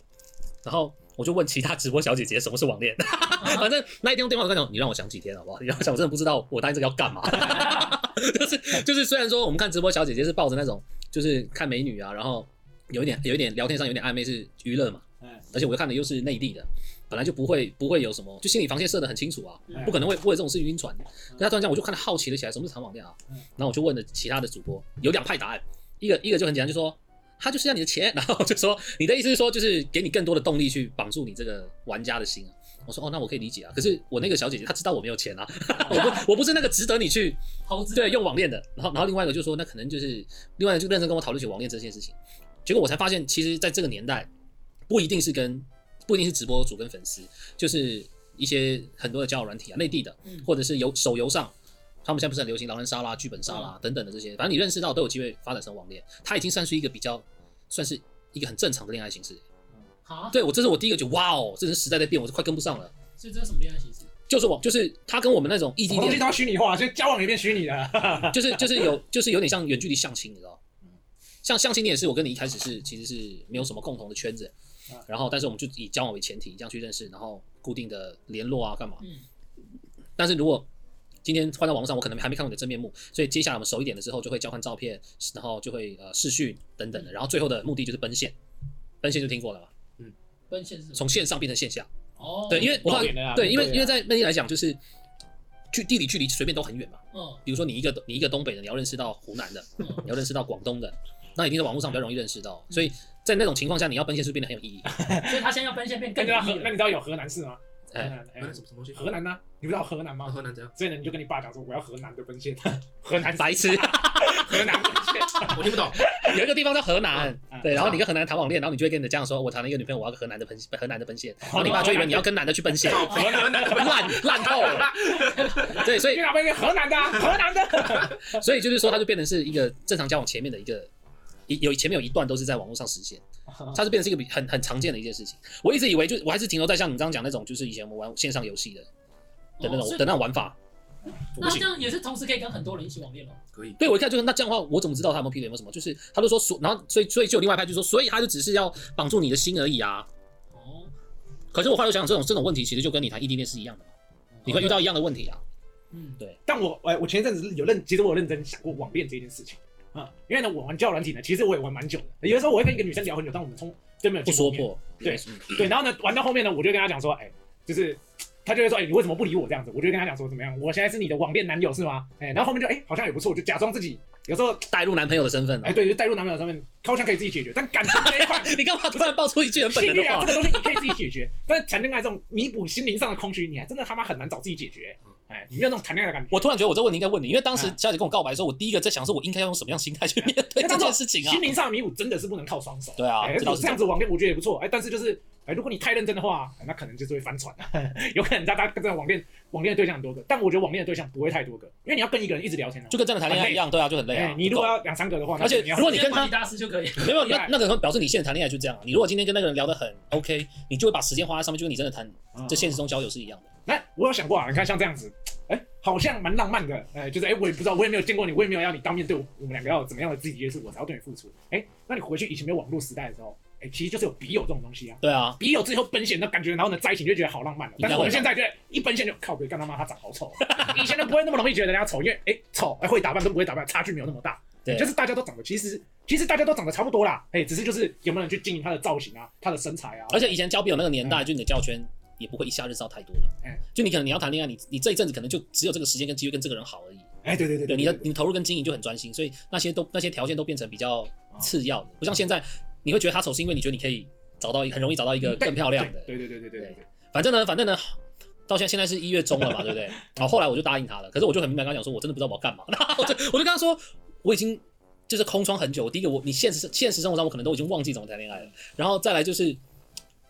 Speaker 1: 然后我就问其他直播小姐姐什么是网恋， 反正那一天用电话我跟她讲，你让我想几天好不好？你让我想，我真的不知道我答应这个要干嘛。 就是就是，虽然说我们看直播小姐姐是抱着那种就是看美女啊，然后有一点有一点聊天上有点暧昧是娱乐嘛，
Speaker 4: 哎，
Speaker 1: 而且我又看的又是内地的，本来就不会不会有什么，就心理防线设的很清楚啊，
Speaker 4: 嗯
Speaker 1: 不可能会为了这种事情晕船。可他突然讲，我就看他好奇了起来，什么是长网恋啊
Speaker 4: 嗯？
Speaker 1: 然后我就问了其他的主播，有两派答案，一个一个就很简单，就说他就是要你的钱，然后我就说你的意思是说就是给你更多的动力去绑住你这个玩家的心啊。我说哦，那我可以理解啊。可是我那个小姐姐她知道我没有钱啊，我不我不是那个值得你去
Speaker 2: 投资
Speaker 1: 对，用网恋的。然后，然后另外一个就说，那可能就是另外一个就认真跟我讨论起网恋这件事情。结果我才发现，其实在这个年代，不一定是跟不一定是直播主跟粉丝，就是一些很多的交友软体啊，内地的
Speaker 2: 嗯，
Speaker 1: 或者是游手游上。他们现在不是很流行狼人杀啦、剧本杀啦等等的这些，反正你认识到都有机会发展成网恋，它已经算是一个比较，算是一个很正常的恋爱形式。
Speaker 2: 啊，
Speaker 1: 对我，这是我第一个觉得，哇哦，这是时代在变，我是快跟不上了。
Speaker 2: 所以这是什么恋爱形式？
Speaker 1: 就是我，就是它跟我们那种异
Speaker 4: 什
Speaker 1: 地
Speaker 4: 么东西
Speaker 1: 恋
Speaker 4: 都，要虚拟化，所以交往也变虚拟 了。
Speaker 1: 就是就是有就是有点像远距离相亲，你知道？像相亲你也是，我跟你一开始是其实是没有什么共同的圈子
Speaker 4: 啊，
Speaker 1: 然后但是我们就以交往为前提，这样去认识，然后固定的联络啊，干嘛？
Speaker 2: 嗯，
Speaker 1: 但是如果今天换到网络上，我可能还没看过你的真面目，所以接下来我们熟一点的之后，就会交换照片，然后就会呃视讯等等的，然后最后的目的就是奔现，奔现就听过了嘛？
Speaker 3: 嗯，
Speaker 2: 跟现实
Speaker 1: 从线上变成线下。
Speaker 2: 哦，
Speaker 1: 对，因为我
Speaker 4: 爆点了啦
Speaker 1: 对，因为
Speaker 4: 对啊
Speaker 1: 因为在内地来讲，就是距地理距离随便都很远嘛。
Speaker 2: 嗯
Speaker 1: 比如说你一个你一个东北的，你要认识到湖南的，
Speaker 2: 嗯
Speaker 1: 你要认识到广东的，那一定在网络上比较容易认识到。所以在那种情况下，你要奔现是不是变得很有意义。
Speaker 2: 所以他现在要奔现变
Speaker 4: 那
Speaker 2: 更
Speaker 4: 你知道
Speaker 2: 有
Speaker 4: 河
Speaker 2: 意
Speaker 4: 那你知道有河
Speaker 2: 义了。
Speaker 4: 南市吗？河
Speaker 1: 哎，嗯
Speaker 4: 南
Speaker 3: 河南什么什么东西？
Speaker 4: 河南呢？你不知道河南
Speaker 3: 啊，
Speaker 4: 吗？
Speaker 3: 河南怎样？
Speaker 4: 所以呢，你就跟你爸讲说，我要河南的奔 现，河南
Speaker 1: 白痴，
Speaker 4: 河南奔现，
Speaker 3: 我听不懂。
Speaker 1: 有一个地方叫河南
Speaker 4: 嗯，
Speaker 1: 对，
Speaker 4: 嗯
Speaker 1: 然后你跟河南谈网恋，然后你就会跟你的家长说，我谈了一个女朋友，我要跟河南的奔河南的奔现，然后你爸就以为你要跟男的去奔现，
Speaker 3: 河南的，
Speaker 1: 烂烂透了。对，所以
Speaker 4: 你老爸是河南的啊，河南的。
Speaker 1: 所以就是说，它就变成是一个正常交往前面的一个，一有前面有一段都是在网络上实现，它是变成是一个比很很常见的一件事情。我一直以为就我还是停留在像你刚刚讲那种，就是以前我们玩线上游戏的啊的那
Speaker 2: 哦
Speaker 1: 种、
Speaker 2: 所以
Speaker 1: 的那种玩法。我不
Speaker 2: 那这
Speaker 1: 行，
Speaker 2: 样也是同时可以跟很多人一起网恋了。
Speaker 3: 可以，
Speaker 1: 对我一看就是那这样的话，我怎么知道他有没有劈腿有没有什么？就是他就说所，然后所以所以就有另外一派就说，所以他就只是要绑住你的心而已啊。
Speaker 2: 哦，
Speaker 1: 可是我后来想，这种这种问题其实就跟你谈异地恋是一样的嘛，你会遇到一样的问题啊。
Speaker 2: 嗯，
Speaker 4: 但我哎，我前一阵子有认，其实我有认真想过网恋这件事情啊，因为呢，我玩交友软体呢，其实我也玩蛮久的，有的时候我会跟一个女生聊很久，但我们从真没有
Speaker 1: 不
Speaker 4: 见
Speaker 1: 说
Speaker 4: 过面
Speaker 1: 破，
Speaker 4: 对
Speaker 1: 嗯，
Speaker 4: 对，然后呢，玩到后面呢，我就跟他讲说，哎、就是他就会说，哎、你为什么不理我这样子？我就跟他讲说，怎么样？我现在是你的网恋男友是吗？哎、然后后面就哎、好像也不错，就假装自己有时候
Speaker 1: 带入男朋友的身份
Speaker 4: 哎、
Speaker 1: 啊。。
Speaker 4: 对，就带入男朋友上面，好像可以自己解决，但感情这一块
Speaker 1: 你干嘛突然爆出一句很 本
Speaker 4: 心
Speaker 1: 能
Speaker 4: 理
Speaker 1: 的
Speaker 4: 啊，
Speaker 1: 话
Speaker 4: 这？个东西你可以自己解决，但是谈恋爱这种弥补心灵上的空虚，你还真的他妈很难找自己解决、哎，你没有那种谈恋爱的感觉。
Speaker 1: 我突然觉得我这个问题应该问你，因为当时
Speaker 4: 嗯
Speaker 1: 小姐跟我告白的时候，我第一个在想是我应该用什么样心态去面对这件事情啊
Speaker 4: 心？灵上的弥补真的是不能靠双手。
Speaker 1: 对啊
Speaker 4: 哎
Speaker 1: 这倒是
Speaker 4: 这样子网恋我觉得也不错。哎、但是就是，哎、如果你太认真的话，哎那可能就是会翻船， 有可能大家真的网恋网恋的对象很多个，但我觉得网恋的对象不会太多个，因为你要跟一个人一直聊天啊。
Speaker 1: 就跟真的谈恋爱一样，对啊，就很累
Speaker 4: 哎、
Speaker 1: 啊。
Speaker 4: 你如果哎要两三个的话，
Speaker 1: 而且
Speaker 4: 那你要
Speaker 1: 如果你跟
Speaker 2: 直
Speaker 1: 他
Speaker 2: 接管理大师就可以。
Speaker 1: 没有那那个表示你现在谈恋爱就这样啊。你如果今天跟那个人聊得很 OK，你就会把时间花在上面，就跟你真的谈在现实中交友是一样的。
Speaker 4: 那我有想过啊，你看像这样子，哎、好像蛮浪漫的，哎、就是哎、我也不知道，我也没有见过你，我也没有要你当面对我，我们两个要有怎么样的肢体接触，我才要对你付出。哎、那你回去以前没有网络时代的时候，哎、其实就是有笔友这种东西啊。
Speaker 1: 对啊，
Speaker 4: 笔友之后奔现的感觉，然后呢在一起你就觉得好浪漫了。
Speaker 1: 应
Speaker 4: 但
Speaker 1: 该会
Speaker 4: 是我们现在觉得一奔现就靠北干他妈他长好 丑，以前都不会那么容易觉得人家丑，因为哎丑哎会打扮跟不会打扮差距没有那么大，
Speaker 1: 对
Speaker 4: 就是大家都长得其实其实大家都长得差不多啦，哎只是就是有没有人去经营他的造型啊，他的身材啊，
Speaker 1: 而且以前交笔友那个
Speaker 4: 嗯
Speaker 1: 年代，就你的交友圈也不会一下认识到太多人
Speaker 4: 哎。
Speaker 1: 就你可能你要谈恋爱，你你这一阵子可能就只有这个时间跟机会跟这个人好而已。
Speaker 4: 哎对对对对，
Speaker 1: 对，你的
Speaker 4: 对哦
Speaker 1: 你投入跟经营就很专心，所以那些都那些条件都变成比较次要的，不像现在你会觉得他丑是因为你觉得你可以找到一很容易找到
Speaker 4: 嗯
Speaker 1: 一个更漂亮的。
Speaker 4: 对对对对对对对，
Speaker 1: 反正呢，反正呢，到现在现在是一月中了嘛，对不对？然后后来我就答应他了，可是我就很明白跟他讲说，我真的不知道我要干嘛， 然后我就我就跟他说，我已经就是空窗很久。第一个我你现实现实生活上我可能都已经忘记怎么谈恋爱了，然后再来就是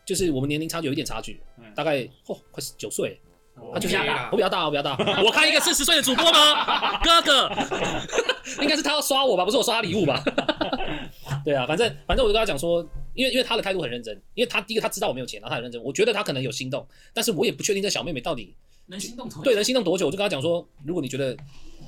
Speaker 1: 就是我们年龄差距有一点差距
Speaker 4: 嗯，
Speaker 1: 大概哦快九岁，
Speaker 4: 哦
Speaker 1: 他就是
Speaker 3: 我比较大
Speaker 1: 我比较大，我比较大，我看一个四十岁的主播吗？哥哥，应该是他要刷我吧，不是我刷他礼物吧？ 对啊，反正反正我就跟他讲说，因为因为他的态度很认真，因为他第一个他知道我没有钱，然后他很认真，我觉得他可能有心动，但是我也不确定这小妹妹到底
Speaker 2: 能心动同
Speaker 1: 对人心动多久，我就跟他讲说，如果你觉得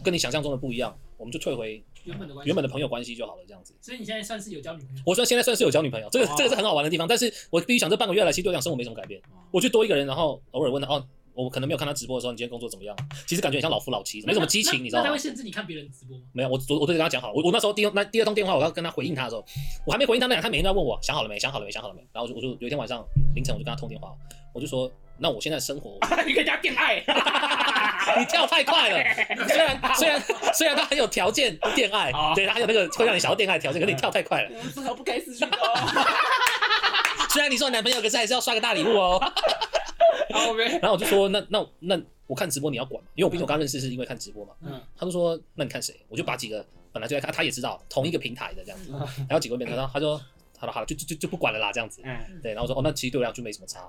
Speaker 1: 跟你想象中的不一样，我们就退回
Speaker 2: 原本的关系，
Speaker 1: 原本的朋友关系就好了，这样子。
Speaker 2: 所以你现在算是有交女朋友。
Speaker 1: 我说现在算是有交女朋友，这个
Speaker 2: 哦
Speaker 1: 这个是很好玩的地方，但是我必须想这半个月来，其实对我讲生活没什么改变，我就多一个人，然后偶尔问他哦。我可能没有看他直播的时候，你今天工作怎么样？其实感觉很像老夫老妻，没什么激情，你知道
Speaker 2: 那
Speaker 1: 吗
Speaker 2: 他会？限制你看别人直播吗？
Speaker 1: 没有，我我我都跟他讲好了。我我那时候第一那第二通电话，我要跟他回应他的时候，我还没回应他那两，他每天都在问我想好了没，想好了没，想好了没。然后我就我就有一天晚上凌晨，我就跟他通电话，我就说，那我现在生活，
Speaker 4: 你跟人家恋爱，
Speaker 1: 嗯你跳太快了。虽然虽然虽然他很有条件恋爱
Speaker 4: 哦，
Speaker 1: 对他很有那个会让你想要恋爱的条件，可是你跳太快了。
Speaker 4: 哎我们至少不该失去的。
Speaker 1: 虽然你是我男朋友，可是还是要刷个大礼物哦。
Speaker 4: 好呗，
Speaker 1: 然后我就说，那那那我看直播你要管嘛，因为我毕竟我刚认识是因为看直播嘛。
Speaker 4: 嗯
Speaker 1: 他就说，那你看谁？我就把几个本来就在看，他也知道同一个平台的这样子，还有几个变成他，他说好了好了，就就就就不管了啦这样子。
Speaker 4: 嗯，
Speaker 1: 对，然后我说哦，那其实对我来讲就没什么差，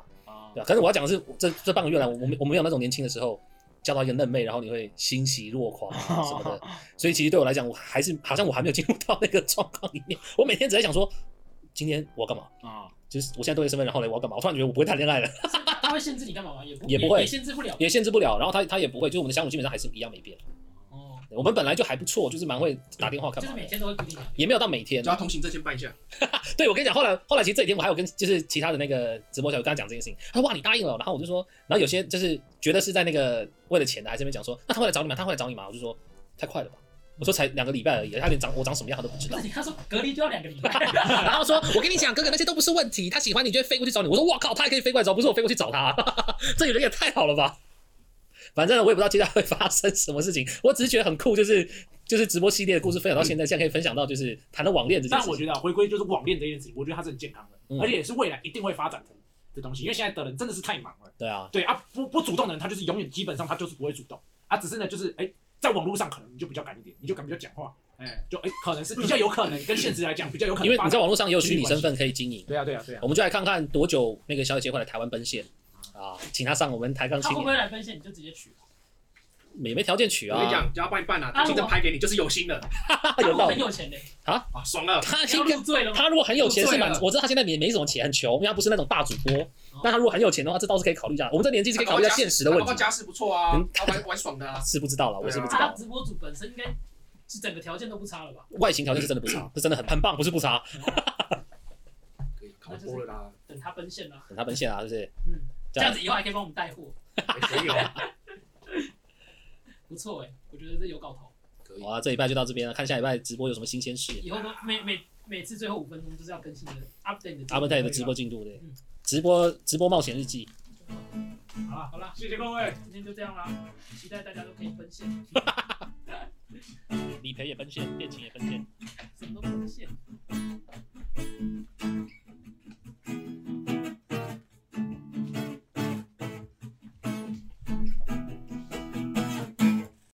Speaker 1: 对吧、可是我要讲的是，我这这半个月来，我我没我没有那种年轻的时候交到一个嫩妹，然后你会欣喜若狂啊什么的，所以其实对我来讲，我还是好像我还没有进入到那个状况里面。我每天只在想说，今天我要干嘛？
Speaker 4: 啊，
Speaker 1: 就是我现在多一个身份，然后呢，我要干嘛？我突然觉得我不会谈恋爱了，
Speaker 2: 他会限制你干嘛吗？也不
Speaker 1: 也不
Speaker 2: 不
Speaker 1: 会
Speaker 2: 也限制不了。
Speaker 1: 也限制不了。然后他他也不会，就是我们的相处基本上还是一样没变。
Speaker 2: 哦，
Speaker 1: 对我们本来就还不错，就是蛮会打电话干
Speaker 2: 就
Speaker 1: 嘛
Speaker 2: 是每
Speaker 1: 的，
Speaker 2: 天都会固定的。
Speaker 1: 也没有到每天
Speaker 3: 只。要通行证先办一下，
Speaker 1: 对，我跟你讲，后来后来其实这几天我还有跟就是其他的那个直播小友跟他讲这件事情，他说哇你答应了哦，然后我就说，然后有些就是觉得是在那个为了钱的，还这边讲说，那他会来找你吗？他会来找你吗？我就说太快了吧，我说才两个礼拜而已，他连长我长什么样他都不知
Speaker 2: 不
Speaker 1: 道
Speaker 2: 是。你他说隔离就要两个 礼拜，
Speaker 1: 然后说，我跟你讲，哥哥那些都不是问题，他喜欢你就会飞过去找你。我说，哇靠，他还可以飞过来找，不是我飞过去找他， 这女人也太好了吧！反正我也不知道接下来会发生什么事情，我只是觉得很酷，就是就是直播系列的故事分享到现在，现在可以分享到就是谈到网恋这件
Speaker 4: 但
Speaker 1: 事
Speaker 4: 我
Speaker 1: 情。
Speaker 4: 觉得啊回归就是网恋这件事情，我觉得它是很健康的，
Speaker 1: 嗯
Speaker 4: 而且也是未来一定会发展成的东西。因为现在的人真的是太忙了，
Speaker 1: 对啊，
Speaker 4: 对啊，不不主动的人，他就是永远基本上他就是不会主动啊，只是呢就是哎、在网络上可能你就比较敢一点，你就敢比较讲话，哎、就哎、可能是比较有可能跟现实来讲比较有可能
Speaker 1: 因为
Speaker 4: 发
Speaker 1: 你
Speaker 4: 展
Speaker 1: 在网络上也有虚拟身份可以经营，
Speaker 4: 对啊对啊对啊，
Speaker 1: 我们就来看看多久那个小姐姐会来台湾奔现啊，请她上我们台杠
Speaker 2: 他
Speaker 1: 青
Speaker 2: 会不
Speaker 1: 年，
Speaker 2: 会来分线你就直接取？
Speaker 1: 也没条件娶
Speaker 3: 我跟你
Speaker 1: 啊，
Speaker 3: 讲，就要办一办啊，
Speaker 2: 啊
Speaker 3: 竞争牌给你就是有心了
Speaker 1: 有
Speaker 2: 他
Speaker 1: 道理
Speaker 2: 很有钱的，
Speaker 3: 啊，爽了。
Speaker 1: 她
Speaker 2: 你
Speaker 1: 应
Speaker 2: 要
Speaker 1: 该
Speaker 2: 入赘了吗？
Speaker 1: 他如果很有钱是蛮
Speaker 3: 入赘，了
Speaker 1: 我知道他现在也没什么钱，很穷，因为他不是那种大主播。
Speaker 2: 哦
Speaker 1: 但他如果很有钱的话，这倒是可以考虑一下。我们这年纪是可以考虑一下现实的问
Speaker 3: 他搞不好
Speaker 1: 题。
Speaker 3: 家世不错啊
Speaker 1: 嗯，
Speaker 3: 他玩玩爽的 啊。
Speaker 1: 是不知道了，我是不知
Speaker 2: 他
Speaker 1: 道。
Speaker 2: 直播主本身应该是整个条件都不差了吧？
Speaker 1: 外形条件是真的不差，是真的很很棒，不是不差。
Speaker 3: 可以考多了啦，
Speaker 2: 等他奔现啦，
Speaker 1: 等他奔现啊，是不是？
Speaker 2: 嗯，这
Speaker 1: 这
Speaker 2: 样
Speaker 1: 样
Speaker 2: 子以后还可以帮我们带货，
Speaker 3: 哎可以哦，
Speaker 2: 不错哎，我觉得这有搞头。
Speaker 3: 可以
Speaker 1: 好。啊，这礼拜就到这边了，看下礼拜直播有什么新鲜事。
Speaker 2: 以后都每每每次最后五分钟就是要更新的 update 你的
Speaker 1: 阿文泰的直播进度对
Speaker 2: 嗯，
Speaker 1: 直播直播冒险日记，
Speaker 4: 好啦好啦，谢谢各位。
Speaker 2: 今天就这样啦，期待大家都可以奔现，
Speaker 1: 理赔也奔现，恋情也奔现。
Speaker 2: 什么都奔现。